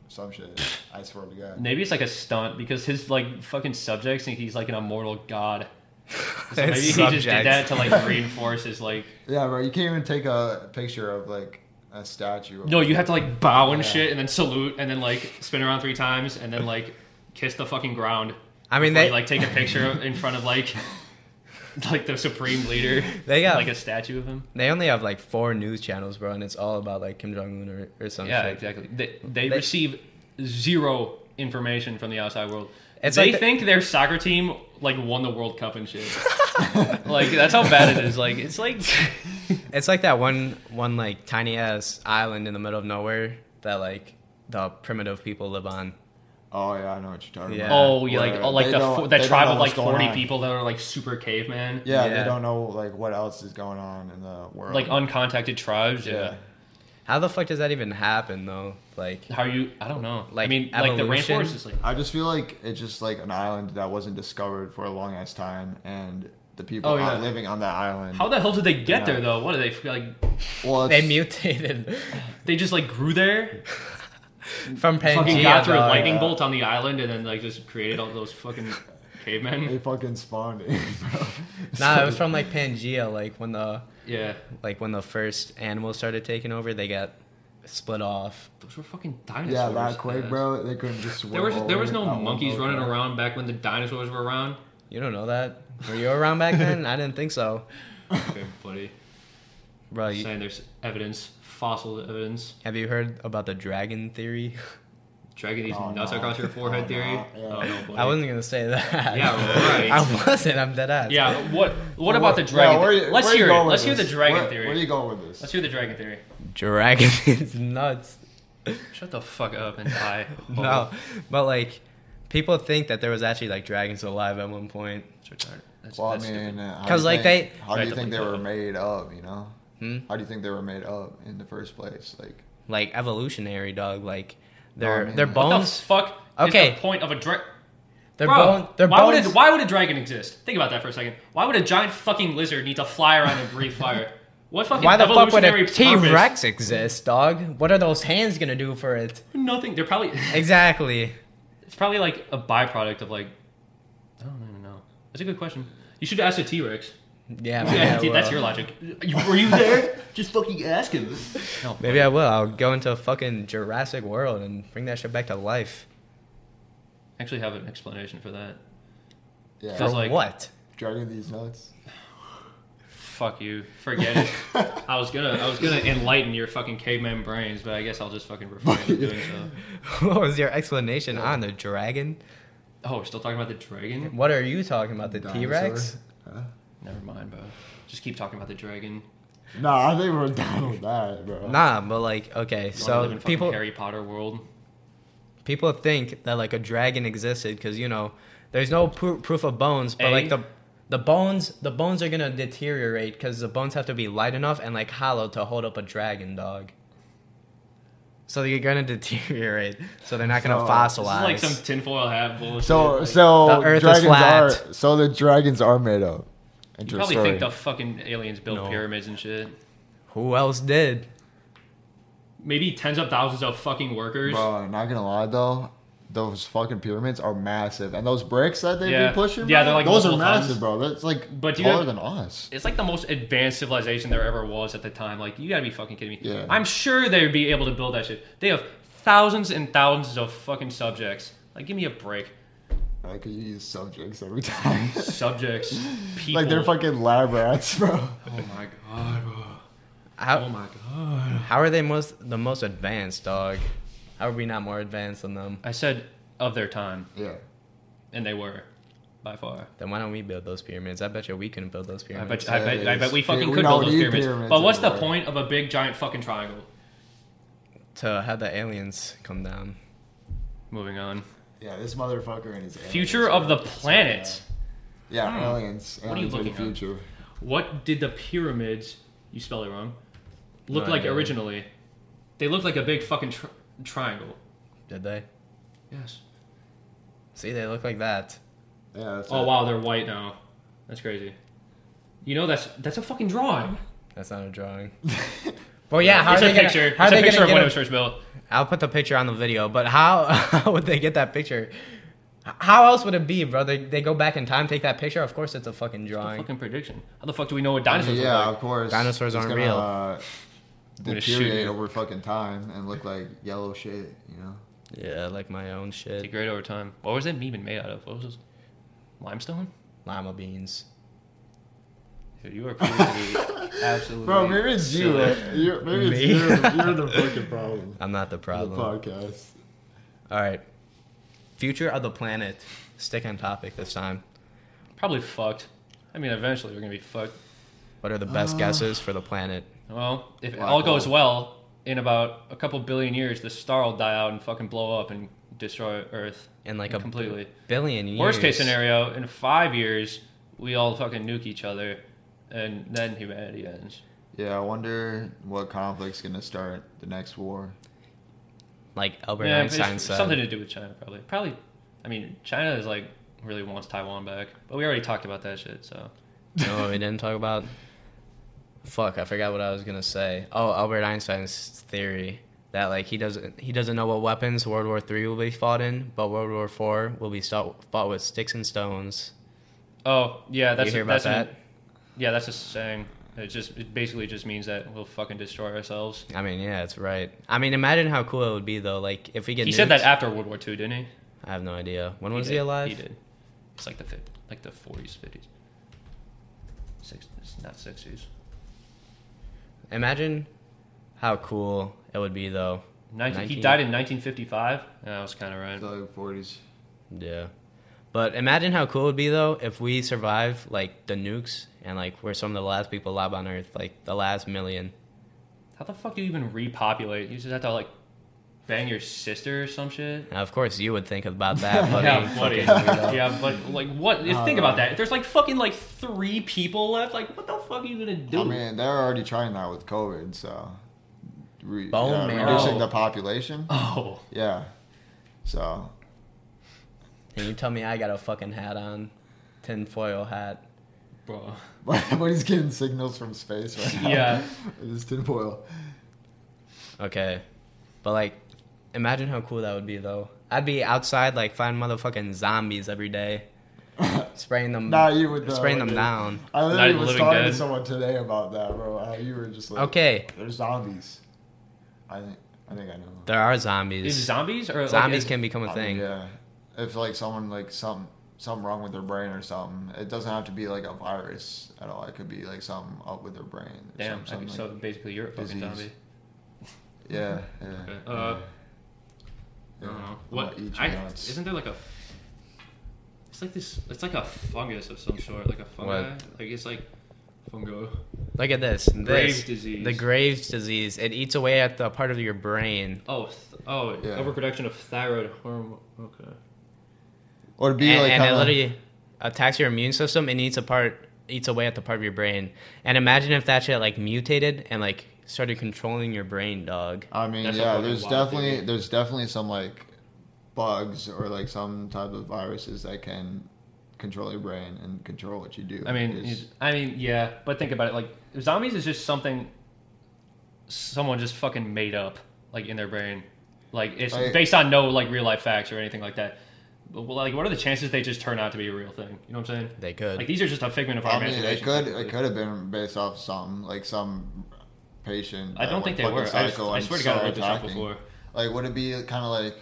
Some shit. I swear to God.
Maybe it's like a stunt because his like fucking subjects think he's like an immortal god.
It's
So maybe he just did
subjects.
that to like reinforce his like.
Yeah, bro. You can't even take a picture of like a statue. of-
No, you have to like bow and
Yeah.
shit, and then salute, and then like spin around three times, and then like kiss the fucking ground.
I mean,
Where
they
you, like take a picture in front of like like the supreme leader.
They got-
like a statue of him.
they only have like four news channels, bro, and it's all about like Kim Jong Un or, or some
Yeah,
shit.
exactly. They, they
They-
receive zero information from the outside world.
It's
they
like the-
think their soccer team like won the World Cup and shit. like that's how bad it is. Like it's like
It's like that one one like tiny ass island in the middle of nowhere that like the primitive people live on.
Oh yeah, I know what you're talking
Yeah.
about.
oh, yeah, like
Where
oh, like
they
the
don't-
fo-
they
that
don't
tribe
know
of
what's
like
going
forty
on.
people that are like super caveman.
Yeah,
Yeah.
they don't know like what else is going on in the world.
Like uncontacted tribes. Yeah.
yeah.
How the fuck does that even happen though? Like
How you? I don't know. Like I
Like
mean, like the
evolution?
rainforest is like
I just feel like it's just like an island that wasn't discovered for a long ass time, and the people
Oh,
aren't
yeah.
living on that island.
How the hell did they get
Yeah.
there though? What are they like?
well,
they
it's-
mutated
They just like grew there,
from
fucking
Pangea.
got through a
dog.
lightning bolt on the island, and then like just created all those fucking
They
cavemen.
fucking spawned it. bro.
Nah, it was from like Pangea. Like when the
Yeah,
like when the first animals started taking over, they got split off.
those were fucking dinosaurs.
yeah, that quick,
Yeah.
bro. They couldn't just.
There was there was no monkeys running around back when the dinosaurs were around.
You don't know that? Were you around back then? I didn't think so,
Okay, buddy.
bro. You,
Saying there's evidence, fossil evidence,
have you heard about the dragon theory?
dragging these
Oh,
nuts
no.
across your forehead
Oh,
theory.
no. Yeah.
Oh no, buddy.
I wasn't gonna say that.
Yeah, right.
I wasn't. I'm dead ass.
Yeah, what what about the dragon?
where
theory?
you-
Let's
where you
hear it.
going with
Let's hear the
this?
dragon
Where-
theory.
Where are you going with
Let's
this?
hear the dragon theory.
dragon is nuts.
Shut the fuck up and die.
No, but like people think that there was actually like dragons alive at one point.
It's retarded. That's,
Well, I
that's stupid.
mean, uh, how
'Cause,
do you
like,
think-
they-
how do you
Right,
think they
like,
were
uh,
made up? You know,
Hmm?
how do you think they were made up in the first place? Like,
Like evolutionary dog. Like their
Oh, man.
their
What
What the
bones.
fuck okay.
Okay.
is the point of a dragon?
Their
Bro,
bone. Their
why
bones.
would a, why would a dragon exist? Think about that for a second. Why would a giant fucking lizard need to fly around and breathe fire? What fucking
Why the fuck would
evolutionary
a T
purpose?
Rex exist, dog? What are those hands gonna do for it?
Nothing. They're probably
Exactly.
it's probably like a byproduct of like I don't even know. That's a good question. You should ask a T Rex.
Yeah. maybe
Yeah,
I
that's
will.
your logic. You, were you there? Just fucking ask him. No.
Maybe I will. I'll go into a fucking Jurassic World and bring that shit back to life.
I actually have an explanation for that.
yeah,
For
Feels like-
what?
dragging these nuts.
Fuck you. Forget it. I was gonna I was gonna enlighten your fucking caveman brains, but I guess I'll just fucking refrain from doing so.
what was your explanation on the dragon?
Oh, we're still talking about the dragon?
What are you talking about? The T Rex?
Dinosaur. Huh?
Never mind, bro. Just keep talking about the dragon.
No, I think we're done with that, bro.
Nah, but like, okay,
You wanna live
so
in fucking
people
Harry Potter world.
people think that like a dragon existed because you know there's no pro- proof of bones, but
A?
like the the bones the bones are gonna deteriorate because the bones have to be light enough and like hollow to hold up a dragon dog. So they're gonna deteriorate. So they're not gonna
So-
fossilize.
This is like some tinfoil hat bullshit.
So,
like,
so
The Earth is
dragons
flat.
are so the dragons are made up.
you
Interesting.
probably think the fucking aliens built
No.
pyramids and shit.
Who else did?
Maybe tens of thousands of fucking workers.
Bro, not gonna lie though, those fucking pyramids are massive, and those bricks that they
Yeah.
be pushing,
Yeah,
bro,
they're like
those are
multiple tons.
massive, bro. That's like
But do you
taller
have-
than us.
It's like the most advanced civilization there ever was at the time. Like, you gotta be fucking kidding me.
Yeah.
I'm sure they'd be able to build that shit. They have thousands and thousands of fucking subjects. Like, give me a break.
Like you use subjects every time.
Subjects, people.
like they're fucking lab rats, bro.
Oh my god, bro. Oh
How
my god.
how are they most the most advanced, dog? How are we not more advanced than them?
I said of their time,
Yeah.
and they were, by far.
Then why don't we build those pyramids? I bet you we couldn't build those
I
pyramids.
bet, I bet, I bet we
Yeah,
fucking
we
could
don't
build those
need
pyramids.
pyramids
But what's the
anymore.
point of a big giant fucking triangle?
to have the aliens come down.
Moving on.
Yeah, this motherfucker and his
Future
aliens,
of
bro.
the planet.
Yeah,
Hmm.
aliens.
What are you
aliens are the
looking at?
future.
What did the pyramids, you spell it wrong, look
No
like
idea.
originally? They looked like a big fucking tr- triangle.
Did they?
Yes.
See, they look like that.
Yeah. That's
Oh
it.
wow, they're white now. That's crazy. You know that's that's a fucking drawing.
That's not a drawing. Well, yeah, how
it's
are
a
they gonna-
picture.
how are
it's
they
a
gonna
picture of
get
when
a-
it was first built.
I'll put the picture on the video, but how, how would they get that picture? H- How else would it be, bro? They, they go back in time, take that picture. Of course, it's a fucking
A
drawing.
fucking prediction. How the fuck do we know what
I mean,
dinosaurs
yeah,
yeah.
of course.
Dinosaurs
It's
aren't
gonna,
real.
Uh,
gonna shoot
deteriorate
you.
over fucking time and look like yellow shit, you know?
Yeah, like my own
They
shit.
degrade over time. What was that meme even made out of? What was this? Limestone?
Lima beans.
Dude, you are completely absolutely.
Bro, maybe it's you.
silly.
You're, maybe it's
Me?
you. You're the fucking problem.
I'm not the
of
problem.
The podcast.
All right. Future of the planet. Stick on topic this time.
Probably fucked. I mean, eventually we're gonna be fucked.
What are the best
Uh,
guesses for the planet?
Well, if it
Black
all goes
hole.
well, in about a couple billion years, the star will die out and fucking blow up and destroy Earth
And like a
completely.
billion years.
Worst case scenario, in five years, we all fucking nuke each other, and then humanity ends.
Yeah, I wonder what conflict's gonna start the next war.
Like Albert
Yeah, it's
Einstein said.
something to do with China, probably. Probably, I mean, China is like really wants Taiwan back, but we already talked about that shit. So
No, we didn't talk about. Fuck, I forgot what I was gonna say. Oh, Albert Einstein's theory that like he doesn't he doesn't know what weapons World War Three will be fought in, but World War Four will be stout, fought with sticks and stones.
oh yeah, that's
you hear about
that's an-
that?
yeah, that's a saying. It just it basically just means that we'll fucking destroy ourselves.
I mean, yeah, it's right. I mean, imagine how cool it would be though. Like if we get
He said that
nuked-
after World War II, didn't he?
I have no idea. When was
did.
he alive?
He did. It's like the fif- like the forties, fifties, sixties, not sixties,
Imagine how cool it would be though.
nineteen. He
19.
died in nineteen fifty-five. Yeah, I was kind of right.
It's like 40s.
Yeah. But imagine how cool it would be though if we survive like the nukes and like we're some of the last people alive on Earth, like the last million.
How the fuck do you even repopulate? You just have to like bang your sister or some shit.
Now, of course, you would think about that, buddy.
yeah, buddy.
Fucking weirdo.
yeah, but like, what? If,
I don't
think about
know.
that. If there's like fucking like three people left, like, what the fuck are you gonna do?
I mean, they're already trying that with COVID, so. Re-
Bone
yeah,
marrow.
Reducing the population?
oh,
Yeah. So.
And you tell me I got a fucking hat on, tinfoil hat.
bro.
But he's getting signals from space right now.
Yeah.
With his tinfoil.
Okay, but like, imagine how cool that would be though. I'd be outside like find motherfucking zombies every day, spraying them,
Not you with the.
Mm. spraying them
with the-
down.
I
Night
literally
of the
was
Living
talking to
Dead.
someone today about that, bro. How you were just like,
Okay,
they're zombies. I think I think I know.
there are
Is
zombies.
zombies or like,
Zombies
is-
can become a
Um,
thing.
Yeah, if like someone like some something wrong with their brain or something, it doesn't have to be like a virus at all. It could be like something up with their brain. or
Damn.
some- something
okay, so
like-
basically, you're a
disease.
fucking zombie.
yeah, yeah.
Okay,
yeah, yeah.
uh, I don't know.
I'm gonna
What?
eat your
I,
nuts.
isn't there like a? It's like this. It's like a fungus of some sort, like a fungi. Like it's like fungo.
Look at this.
Graves
This
disease.
the Graves disease. It eats away at the part of your brain.
oh, th- oh,
Yeah.
overproduction of thyroid hormone. Okay.
Or it'd be
and,
like
and it
kinda-
literally attacks your immune system and eats apart eats away at the part of your brain and imagine if that shit like mutated and like started controlling your brain dog
I mean,
That's a
yeah.
fucking
There's
wild
definitely
theory.
there's definitely some like bugs or like some type of viruses that can control your brain and control what you do.
I mean,
It's-
you- I mean, yeah, but think about it. Like zombies is just something someone just fucking made up, like in their brain. Like it's
Like-
based on no like real life facts or anything like that. But, well, like what are the chances they just turn out to be a real thing? You know what I'm saying?
They could.
Like these are just a figment of our
I mean, it
imagination.
could
basically.
it could have been based off some like some patient.
I
that
don't
went
think they
fucking
were. I,
psycho
I
and
swear to God, I
started
looked this up
attacking.
before.
Like, would it be kind of like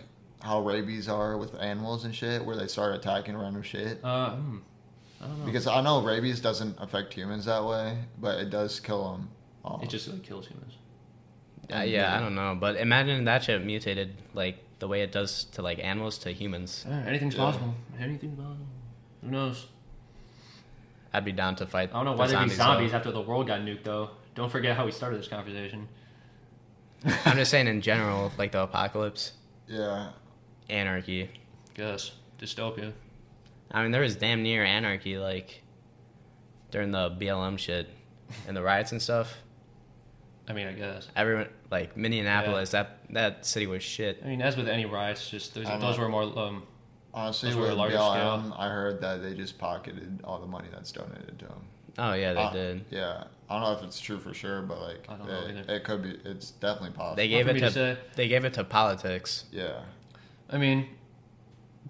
how rabies are with animals and shit, where they start attacking random shit?
Uh, hmm. I don't know.
Because I know rabies doesn't affect humans that way, but it does kill them. All.
it just like kills humans.
Uh, yeah, I don't know, but imagine that shit mutated like the way it does to like animals to humans.
Anything's
Yeah.
possible. Anything's possible. Who knows?
I'd be down to fight.
I don't know
the
why there'd be
though.
zombies after the world got nuked, though. Don't forget how we started this conversation.
I'm just saying in general, like the apocalypse,
yeah.
anarchy.
Guess dystopia.
I mean, there was damn near anarchy like during the BLM shit and the riots and stuff.
I mean, I guess.
Everyone like Minneapolis, that that city was shit.
I mean, as with any riots, just those,
I know.
those were more. Um,
Honestly,
Those were
with
larger
BLM, I heard that they just pocketed all the money that's donated to them.
Oh yeah, they
Uh,
did.
Yeah, I don't know if it's true for sure, but like,
I don't know
it,
either.
it could be. It's definitely possible.
They gave
for
it
me
to,
to say.
they gave it to politics.
yeah,
I mean,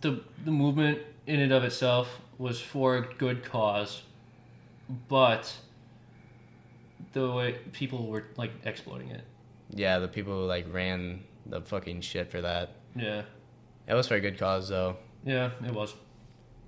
the the movement in and of itself was for a good cause, but the way people were like exploiting it.
Yeah, the people who like ran the fucking shit for that.
Yeah,
It was for a good cause though,
yeah, it was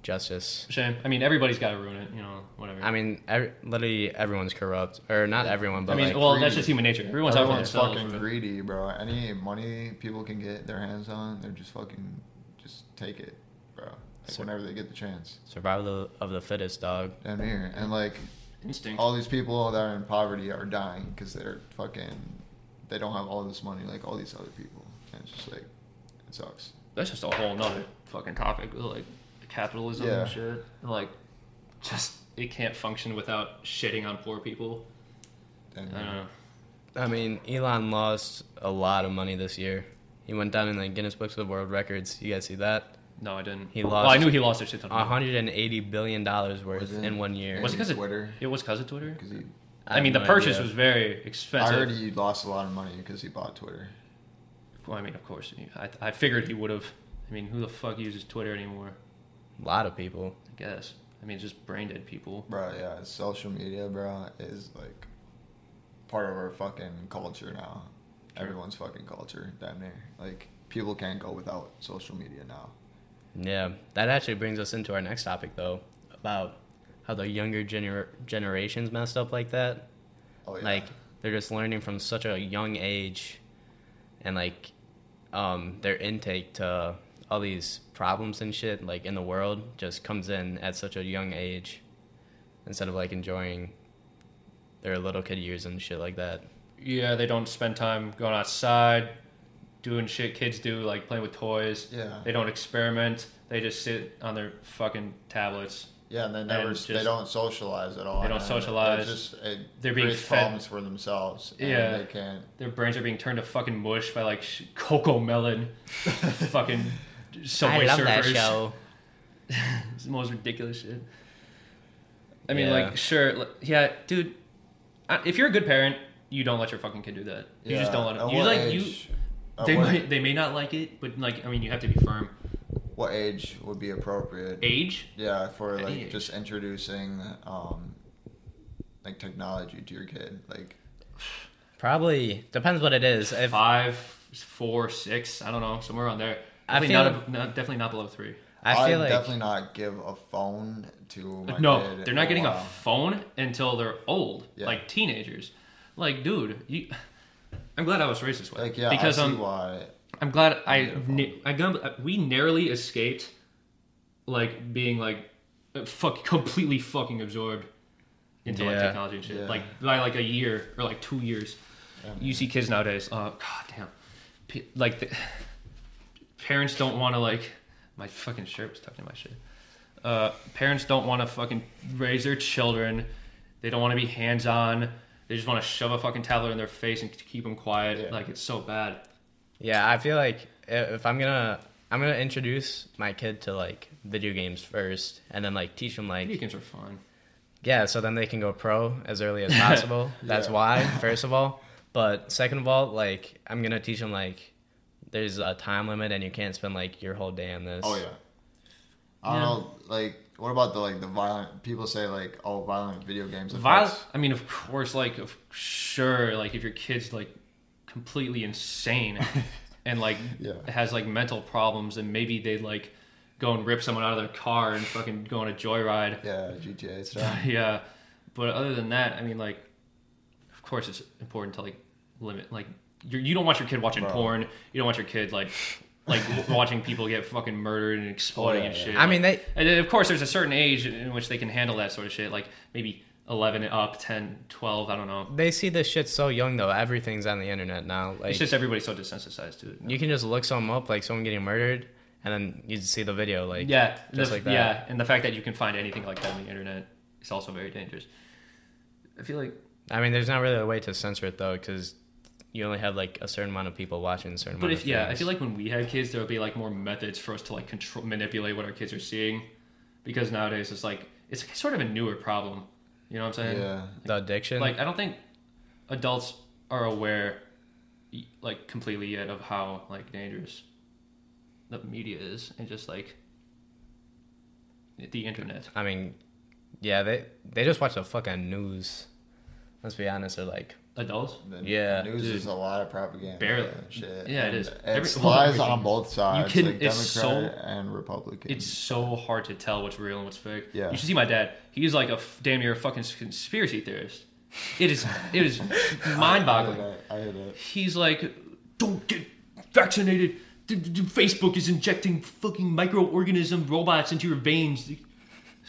justice.
shame. I mean, everybody's got to ruin it, you know, whatever.
I mean, ev- literally everyone's corrupt, or not everyone, but
I mean,
like,
well, that's
greed.
just human nature. Everyone's, out for
everyone's
themselves.
fucking
but-
greedy, bro. Any money people can get their hands on, they're just fucking, just take it, bro. Like,
So-
whenever they get the chance,
survival of the fittest, dog.
down here, and like
instinct.
all these people that are in poverty are dying because they're fucking, they don't have all this money like all these other people, and it's just like, it sucks.
that's just a whole nother fucking topic like capitalism
Yeah.
and shit like just it can't function without shitting on poor people
And,
i
Uh,
don't know
I mean, Elon lost a lot of money this year. He went down in the Guinness Books of World Records. You guys see that?
no i didn't
He
well i
lost-
knew he lost a shit ton of money.
hundred and eighty billion dollars worth
Was it-
in one year.
was it because of
Twitter?
it was because of twitter
Because he,
I
i,
have
mean the
no
purchase
idea.
was very
I
expensive
heard he lost a lot of money because he bought Twitter.
well, i mean of course i, I figured he would have i mean who the fuck uses twitter anymore
A lot of people.
i guess i mean just brain dead people
Bro, yeah, social media, bro, is like part of our fucking culture now.
True.
Everyone's fucking culture down there. Like people can't go without social media now.
Yeah, that actually brings us into our next topic though, about how the younger gener- generations messed up like that.
Oh yeah.
Like they're just learning from such a young age, and like um, their intake to all these problems and shit like in the world just comes in at such a young age, instead of like enjoying their little kid years and shit like that.
yeah they don't spend time going outside doing shit kids do like playing with toys
yeah,
They don't experiment. They just sit on their fucking tablets.
yeah, and they never.
and
they
just-
don't socialize at all.
They don't
and
socialize.
It just it
They're being
creates
fed-
problems for themselves. and
Yeah.
they can't.
Their brains are being turned to fucking mush by like sh- cocoa melon, fucking subway
I love
surfers.
that show.
It's the most ridiculous shit. I mean,
Yeah.
like, sure, li- yeah, dude. I, if you're a good parent, you don't let your fucking kid do that. You just
Yeah,
don't let
at
them. You
what
like
age,
you.
at
They
what,
might, they may not like it, but like, I mean, you have to be firm.
what age would be appropriate?
Age.
Yeah, for
Any
like
age.
just introducing um like technology to your kid. Like
Probably depends what it is. If
Five, four, six. I don't know, somewhere around there.
I
Definitely
feel-
not, ab- not definitely not below three.
I feel
would
like
definitely not give a phone to Oh my
no,
kid.
they're not getting a
while.
phone until they're old,
Yeah.
like teenagers. Like, dude, you, I'm glad I was raised this way.
like yeah,
because
I see
um,
why.
I'm glad I,
Beautiful.
na- I gun- we narrowly escaped, like being like, uh, fuck, completely fucking absorbed into like
Yeah.
technology and shit.
Yeah.
Like by like a year or like two years, you see kids nowadays. Oh god damn, P- like the, parents don't want to like. My fucking shirt was tucked in my shit. Uh, parents don't want to fucking raise their children. They don't want to be hands on. They just want to shove a fucking tablet in their face and keep them quiet.
Yeah.
Like it's so bad.
Yeah, I feel like i- if I'm gonna, I'm gonna introduce my kid to like video games first, and then like teach them
Video
like
games are fun.
yeah, so then they can go pro as early as possible. That's
Yeah.
why, first of all. But second of all, like I'm gonna teach them like there's a time limit and you can't spend like your whole day on this.
Oh yeah. I don't
Yeah.
know. Like, what about the like the violent? People say like, oh, violent video games.
Violent.
affects-
I mean, of course, like, of sure, like if your kid's like completely insane and like
Yeah.
has like mental problems, and maybe they like go and rip someone out of their car and fucking go on a joyride.
Yeah, GTA stuff.
yeah, but other than that, I mean, like, of course, it's important to like limit. Like, you're, you don't want your kid watching
Bro.
porn. You don't want your kid like like watching people get fucking murdered and exploding
Oh, yeah,
and
yeah.
shit.
I mean they
And then, of course, there's a certain age in in which they can handle that sort of shit, like maybe 11 and up, 10, 12, I don't know.
they see this shit so young though. Everything's on the internet now. Like
It's just everybody's so desensitized to it.
you can just look someone up like someone getting murdered and then you just see the video like
yeah, the-
just like that.
yeah, and the fact that you can find anything like that on the internet is also very dangerous. I feel like,
I mean there's not really a way to censor it though cuz you only have like a certain amount of people watching a certain
but
amount
if
of
yeah, I
things.
feel like when we had kids, there would be like more methods for us to like control, manipulate what our kids are seeing, because nowadays it's like it's sort of a newer problem. You know what I'm saying?
Yeah.
the addiction
like I don't think adults are aware y- like completely yet of how like dangerous the media is and just like the internet.
I mean, yeah, they they just watch the fucking news. Let's be honest, they're like,
Adults?
The
Yeah,
News
dude.
is a lot of propaganda.
Barely.
and Shit.
Yeah, it
And
is.
It
Every-
lies
everything.
on both sides,
can-
like Democrat
it's so-
and Republican.
It's so hard to tell what's real and what's fake.
Yeah.
You should see my dad. He's like a f- damn near a fucking conspiracy theorist. It is it is mind
I hit
boggling.
it. I hit it.
he's like, don't get vaccinated. D- d- d- Facebook is injecting fucking microorganism robots into your veins.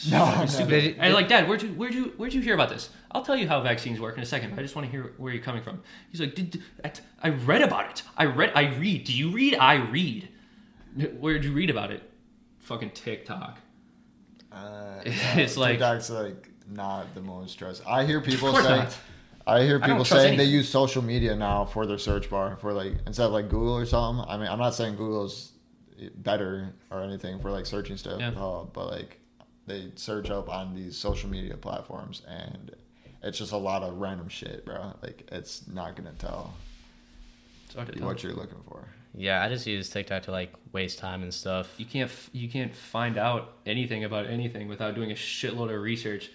No,
Fucking
no,
stupid.
no. They-
And like, Dad, where'd you where'd you where'd you hear about this? I'll tell you how vaccines work in a second. But I just want to hear where you're coming from. He's like, "Did- did- I, I read about it. I read. I read. Do you read? I read. Where'd you read about it? Fucking TikTok.
Uh,
It's like-
TikTok's like not the most trust. I hear people
course
saying,
not.
I hear
don't
people
trust
saying they
anything.
use social media now for their search bar for like instead of like Google or something. I mean, I'm not saying Google's better or anything for like searching stuff,
Yeah.
uh, but like they search up on these social media platforms and it's just a lot of random shit, bro. Like it's not gonna tell
It's hard to tell.
what you're looking for.
yeah, I just use TikTok to like waste time and stuff.
you can't f- you can't find out anything about anything without doing a shitload of research.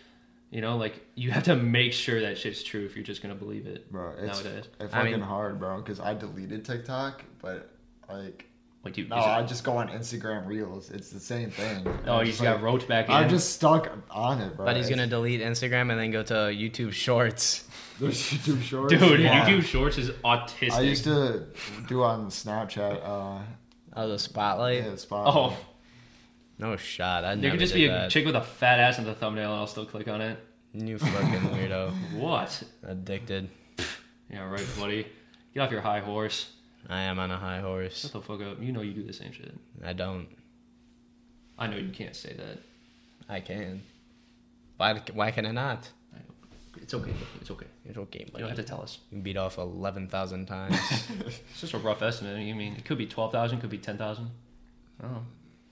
You know, like you have to make sure that shit's true if you're just gonna believe it.
Bro, it's,
Nowadays.
it's
I
fucking
mean-
hard, bro. Because I deleted TikTok, but like
Like, dude,
No,
is it-
I just go on Instagram Reels. It's the same thing.
oh,
I'm
you
just
just got
like-
roped back in.
I'm just stuck on it, bro.
But he's gonna
It's-
delete Instagram and then go to YouTube Shorts.
There's YouTube Shorts,
dude,
Yeah.
YouTube Shorts is autistic.
I used to do on Snapchat. Uh,
Oh, the spotlight.
yeah, spot.
oh,
No shot. I
there
never
could just
did
be a
that.
chick with a fat ass in the thumbnail. and I'll still click on it.
You fucking weirdo.
What?
Addicted.
Yeah, right, buddy. Get off your high horse.
I am on a high horse.
Shut the fuck up. You know you do the same shit.
I don't.
I know you can't say that.
I can. Why? Why can I not?
It's okay. It's okay.
It's okay,
You don't have
buddy.
to tell us.
You beat off eleven thousand times.
It's just a rough estimate. You mean it could be twelve thousand, could be ten thousand. Oh,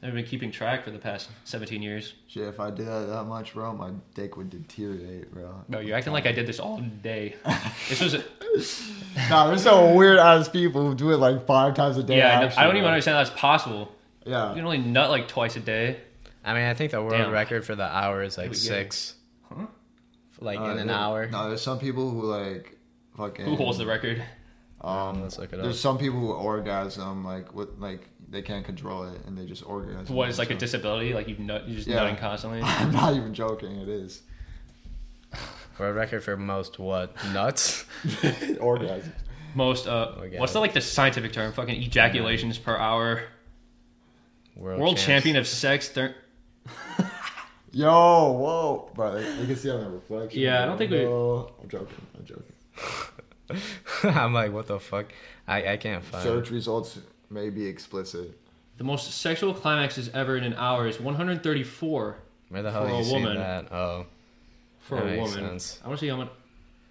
I've been keeping track for the past seventeen years.
Shit, if I did that, that much, bro, my dick would deteriorate, bro.
Bro, you're acting like I did this all day. This was a,
nah, there's some weird ass people who do it like five times a day.
yeah. I know- I,
actually,
don't even
bro.
understand that's possible. You
Yeah.
can only nut like twice a day.
I mean, I think the world
Damn.
record for the hour is
we
like
get it.
six.
Huh?
Like
Uh,
in an
there-
hour.
No, there's some people who like fucking.
Who holds the record?
Um,
Let's look it
there's
up.
some people who orgasm like with like they can't control it and they just orgasm.
What is like a
So-
disability? Like you nut, you're just
Yeah.
nutting constantly.
I'm not even joking. It is
World record for most what? Nuts?
orgasm.
Most uh,
Oh, yeah.
what's the like the scientific term? Fucking ejaculations per hour. World
champs.
champion of sex. Thir-
Yo, whoa, bro! Like, you can see on the reflection.
Yeah, I don't think we-
No, I'm joking. I'm joking.
I'm like, what the fuck? I, I can't find
Search results may be explicit.
the most sexual climaxes ever in an hour is 134
Where the hell
For
have
a
you seen
woman.
that? Oh.
for
That
a
makes
woman.
sense.
I want to see how much.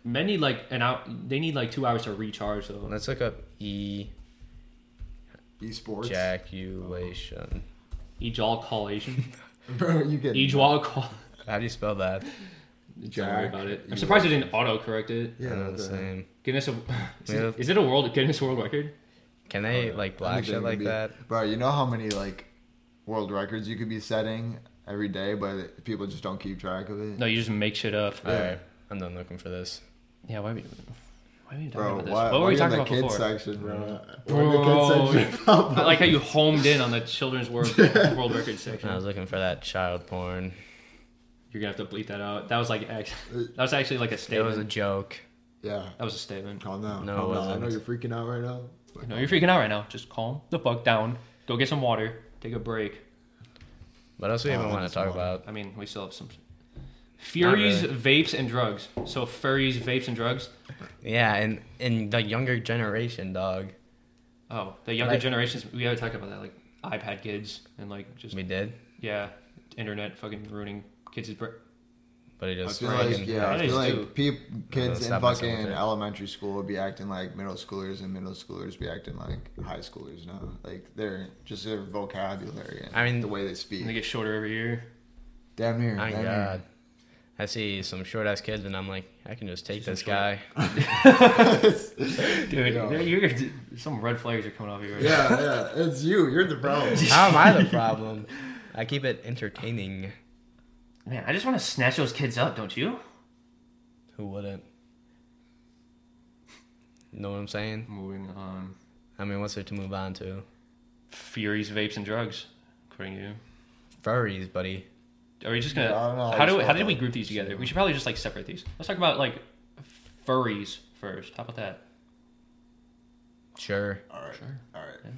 Men need like an hour. They need like two hours to recharge though.
Let's look up
Esports.
ejaculation.
Ejaculation.
Bro, you get
Ejaculation.
How do you spell that?
Don't worry
Jack,
about it. I'm
you-
surprised it didn't autocorrect it.
I know
Yeah, what
the
the-
same.
Guinness. Of, is,
Yeah.
it, is it a world Guinness World Record?
Can they like block
think they
shit
could
like
be-
that?
Bro, you know how many like world records you could be setting every day, but people just don't keep track of it.
No, you just make shit up.
Yeah.
All right, I'm done looking for this.
Yeah, why we why are we talking
Bro,
about this?
why,
what were
why
we
you
talking
in the
about
kids
before?
section, bro?
Bro.
Why in the kids section?
I like how you homed in on the children's world world record section.
I was looking for that child porn.
You're gonna have to bleep that out. That was like act-
Uh,
that was actually like a
It was
statement.
a joke.
yeah,
that was a statement.
calm down.
No,
calm
it
down. I know you're
wasn't.
freaking out right now. but
No, you're freaking out right now. Just calm the fuck down. Go get some water. Take a break.
What else we even
Oh,
want to
that's
talk
one.
about?
I mean, we still have some. Furies,
really.
vapes, and drugs. So furries, vapes, and drugs.
Yeah, and and the younger generation, dog.
Oh, the younger
Like-
generations. We gotta talk about that, like iPad kids and like just
We did,
yeah, internet fucking ruining kids' bra-
but it
I
is
feel like
friggin'
yeah, I
Nowadays,
feel
too.
like peop, kids in
stop myself with
fucking
it.
elementary school would be acting like middle schoolers, and middle schoolers be acting like high schoolers. No, like they're just their vocabulary and
I mean-
the way they speak.
And they get shorter every year.
damn near,
My
damn
God,
near.
I see some short ass kids, and I'm like, I can just take this guy.
Dude,
Yeah.
you're, some red flags are coming off you. Right now.
yeah, yeah, it's you. You're the problem.
How am I the problem? I keep it entertaining.
Man, I just want to snatch those kids up, don't you?
Who wouldn't? Know what I'm saying?
Moving on.
I mean, what's there to move on to?
Furies, vapes, and drugs, according to you.
Furries, buddy.
Are we just gonna?
I don't know.
How
I
do
just
how
don't
did we
know.
group these together? We should probably just like separate these. Let's talk about like furries first. How about that?
Sure.
All right,
Sure.
all right.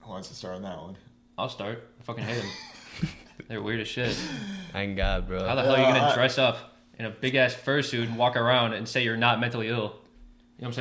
Who wants to start on that one?
I'll start. I fucking hate them. They're weird as shit.
Thank God, bro.
How the hell are you
Yeah, Uh,
gonna
I-
dress up in a big ass fursuit and walk around and say you're not mentally ill? You know what I'm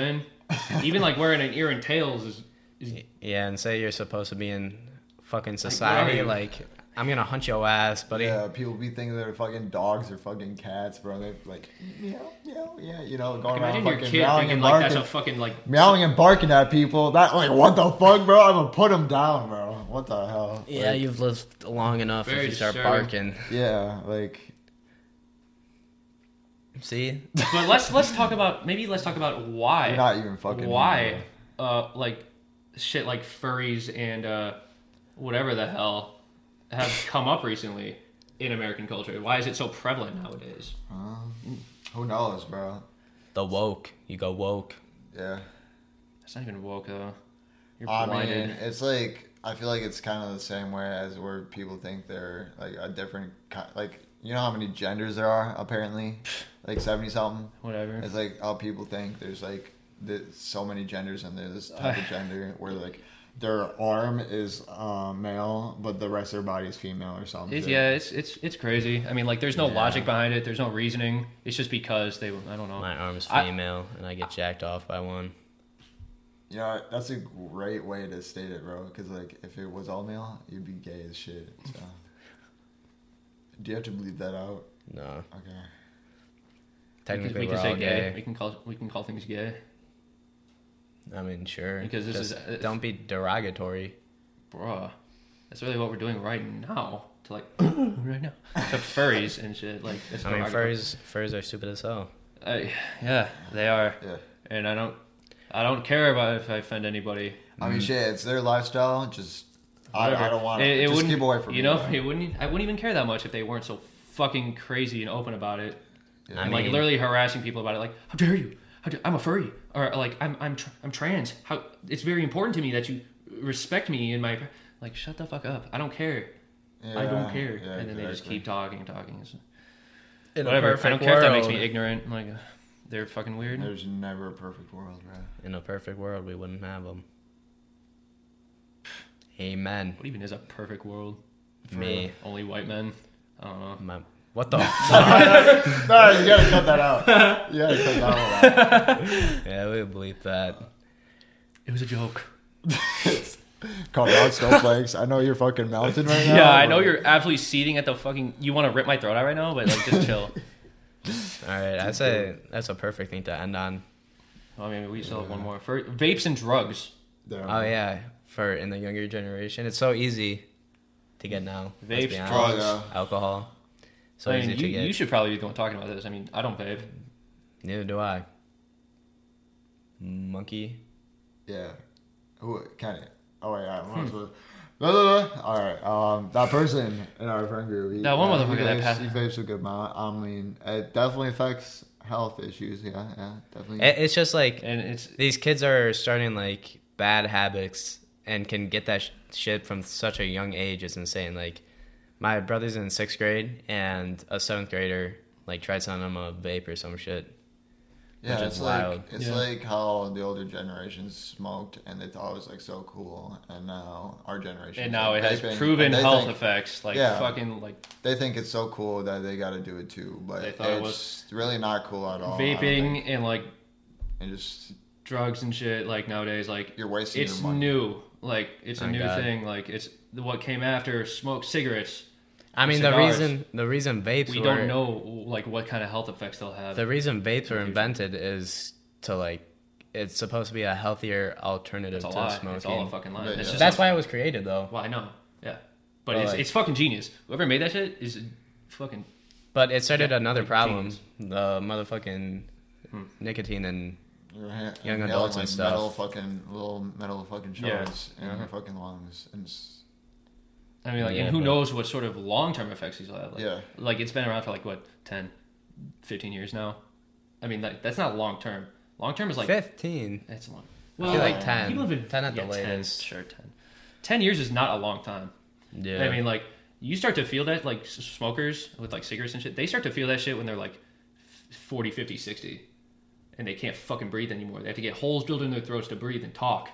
saying? Even like wearing an ear and tails is
Yeah, and say you're supposed to be in fucking society,
right.
like, I'm gonna hunt your ass, buddy.
Yeah, people be thinking they're fucking dogs or fucking cats, bro. They like, meow, meow, yeah, you know, going around
imagine your
fucking
kid
meowing
thinking
and
like
barking,
that's a fucking like
meowing and barking at people. That like, what the fuck, bro? I'm gonna put them down, bro. What the hell?
Yeah,
Like,
you've lived long enough if
Very
you start
sure.
barking.
yeah, like,
See?
But let's let's talk about maybe let's talk about why
You're not even fucking
why uh like shit like furries and uh whatever the hell have come up recently in American culture. Why is it so prevalent nowadays?
who knows, bro?
The woke. You go woke.
Yeah,
That's not even woke though. You're
I
blinded.
mean, it's like I feel like it's kind of the same way as where people think they're like a different kind. Like, you know how many genders there are? Apparently, like seventy something.
Whatever.
It's like how people think there's like th so many genders and there's this type of gender where like their arm is uh, male, but the rest of their body is female or something.
It's, yeah, it's it's it's crazy. I mean, like, there's no logic behind it. There's no reasoning. It's just because they. I don't know.
My arm's
I-
female, and I get jacked off by one.
You know, that's a great way to state it, bro. Because like if it was all male, you'd be gay as shit. So. Do you have to bleed that out?
No.
Okay.
Technically,
we
we are
can say
all
gay. We
gay.
can call we can call things gay.
I mean, sure.
Because this
Just
is- uh,
Don't be derogatory.
bruh, that's really what we're doing right now. To like, right now, to furries and shit. Like, it's
I mean,
derogatory.
furs, furs are stupid as hell.
I, Uh, yeah, they are,
Yeah.
and I don't, I don't care about if I offend anybody.
I mean, shit. It's their lifestyle. Just I,
Whatever.
I don't want
Mm. It, it
to. Just
wouldn't,
keep away from
you
me,
know,
bro.
it wouldn't. I wouldn't even care that much if they weren't so fucking crazy and open about it.
I
I'm like
mean-
literally harassing people about it. Like, how dare you? How dare, I'm a furry, or like I'm I'm tr- I'm trans. How it's very important to me that you respect me and my like. Shut the fuck up. I don't care. I don't
Yeah,
care.
yeah,
and then they just
exactly.
keep talking and talking. It's-
In
Whatever. I don't care if that makes me ignorant. Like, they're fucking weird.
There's never a perfect world, bro.
In a perfect world, we wouldn't have them. Amen.
What even is a perfect world?
Me.
Only white men. I don't know.
My, what the
No, you gotta cut that out. You gotta cut that one out.
Yeah, we bleep that.
It was a joke.
Calm down, snowflakes. I know you're fucking melting right now.
Yeah, I know
but-
you're absolutely seething at the fucking. You want to rip my throat out right now, but like, just chill.
All right, I say that's a perfect thing to end on.
I mean, we still have one more. For vapes and drugs.
Damn.
Oh yeah, for in the younger generation, it's so easy to get now. let's
Vapes,
be honest.
Oh, yeah.
alcohol. So
I
easy
mean,
to
you,
get.
you should probably be going talking about this. I mean, I don't vape.
Neither do I. Monkey.
Yeah. Who Kenny? Oh wait, all right. Hmm. Was, blah, blah, blah. All right. Um, that person in our friend group. He,
That one
uh, he
motherfucker that
vapes-
passed-
He vapes a good amount. I mean, it definitely affects health issues. Yeah, yeah, definitely.
It- It's just like
and it's
these kids are starting like bad habits and can get that sh- shit from such a young age it's insane like my brother's in sixth grade and a seventh grader like tried selling him a vape or some shit
yeah,
which
it's
is
like
wild.
it's
Yeah.
like how the older generations smoked and they thought it was like so cool, and now our generation. is,
and now
like,
it has
vaping, and
proven
they
health
think-
effects like
Yeah.
fucking like
They think it's so cool that they got to do it too, but
They
it's
thought it was
really not cool at all. I don't think.
vaping and like
and just
drugs and shit like nowadays like
you're wasting
it's
your money.
new like it's a
Oh,
new
God.
thing like it's what came after smoked cigarettes
i mean
Cigars.
the reason the reason vapes
we
were,
don't know like what kind of health effects they'll have
the reason vapes were invented is to like it's supposed to be a healthier alternative
it's a
to
lie
smoking
it's all a fucking lie
Yeah,
It's
yeah.
just
that's
a-
why it was created though
well I know yeah but
But,
it's,
like-
it's fucking genius whoever made that shit is fucking
but it started
Yeah,
another
like
problem
genius.
the motherfucking
Hmm.
nicotine and
You're ha-
Young
inhaling,
adults
like
and stuff.
Metal fucking little metal fucking
Yeah. Uh-huh.
shards in your fucking lungs and s-
I mean like
Yeah,
and who
but-
knows what sort of long term effects these will have like,
yeah.
like it's been around for like what 10 15 years now I mean like that's not long term long term is like
15
That's a long.
I feel like 10.
People have been
10 at the
yeah,
latest.
10, sure, ten. Ten years is not a long time.
yeah
I mean, like you start to feel that, like s- smokers with like cigarettes and shit, they start to feel that shit when they're like 40, 50, 60. and they can't fucking breathe anymore. They have to get holes drilled in their throats to breathe and talk.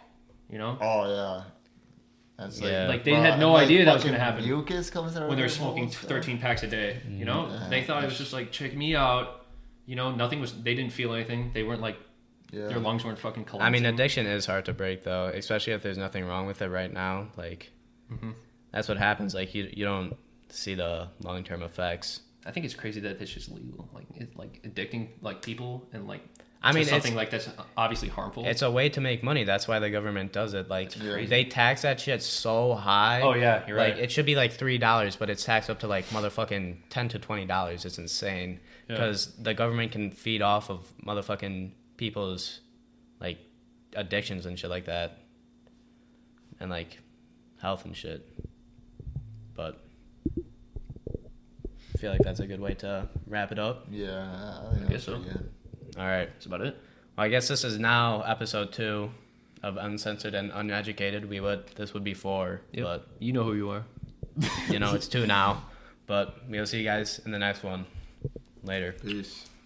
You know,
Oh yeah. That's like,
Yeah.
like they
bruh,
had
and,
no
like,
idea that was
fucking
gonna happen
Mucus comes out of
when they're
their
smoking
holes,
t-
yeah.
13 packs a day.
Mm.
You know,
Yeah.
they thought it was just like check me out. You know, nothing was. They didn't feel anything. They weren't like
Yeah.
their lungs weren't fucking collapsing.
I mean, addiction is hard to break, though, especially if there's nothing wrong with it right now. Like,
Mm-hmm.
that's what happens. Like, you you don't see the long term effects.
I think it's crazy that it's just legal, like it's like addicting like people and like
I
to
mean,
something like that's obviously harmful.
It's a way to make money. That's why the government does it. Like,
That's crazy.
they tax that shit so high.
Oh, yeah, you're
like,
right.
it should be like three dollars, but it's taxed up to like motherfucking ten to twenty dollars. It's insane
Yeah.
because the government can feed off of motherfucking people's like addictions and shit like that, and like health and shit. But I feel like that's a good way to wrap it up.
Yeah. I, think
guess
that's
so.
pretty good.
All right.
that's about it.
Well, I guess this is now episode two of Uncensored and Uneducated. We would this would be four, but
you know who you are.
you know it's two now. But we'll see you guys in the next one. Later.
Peace.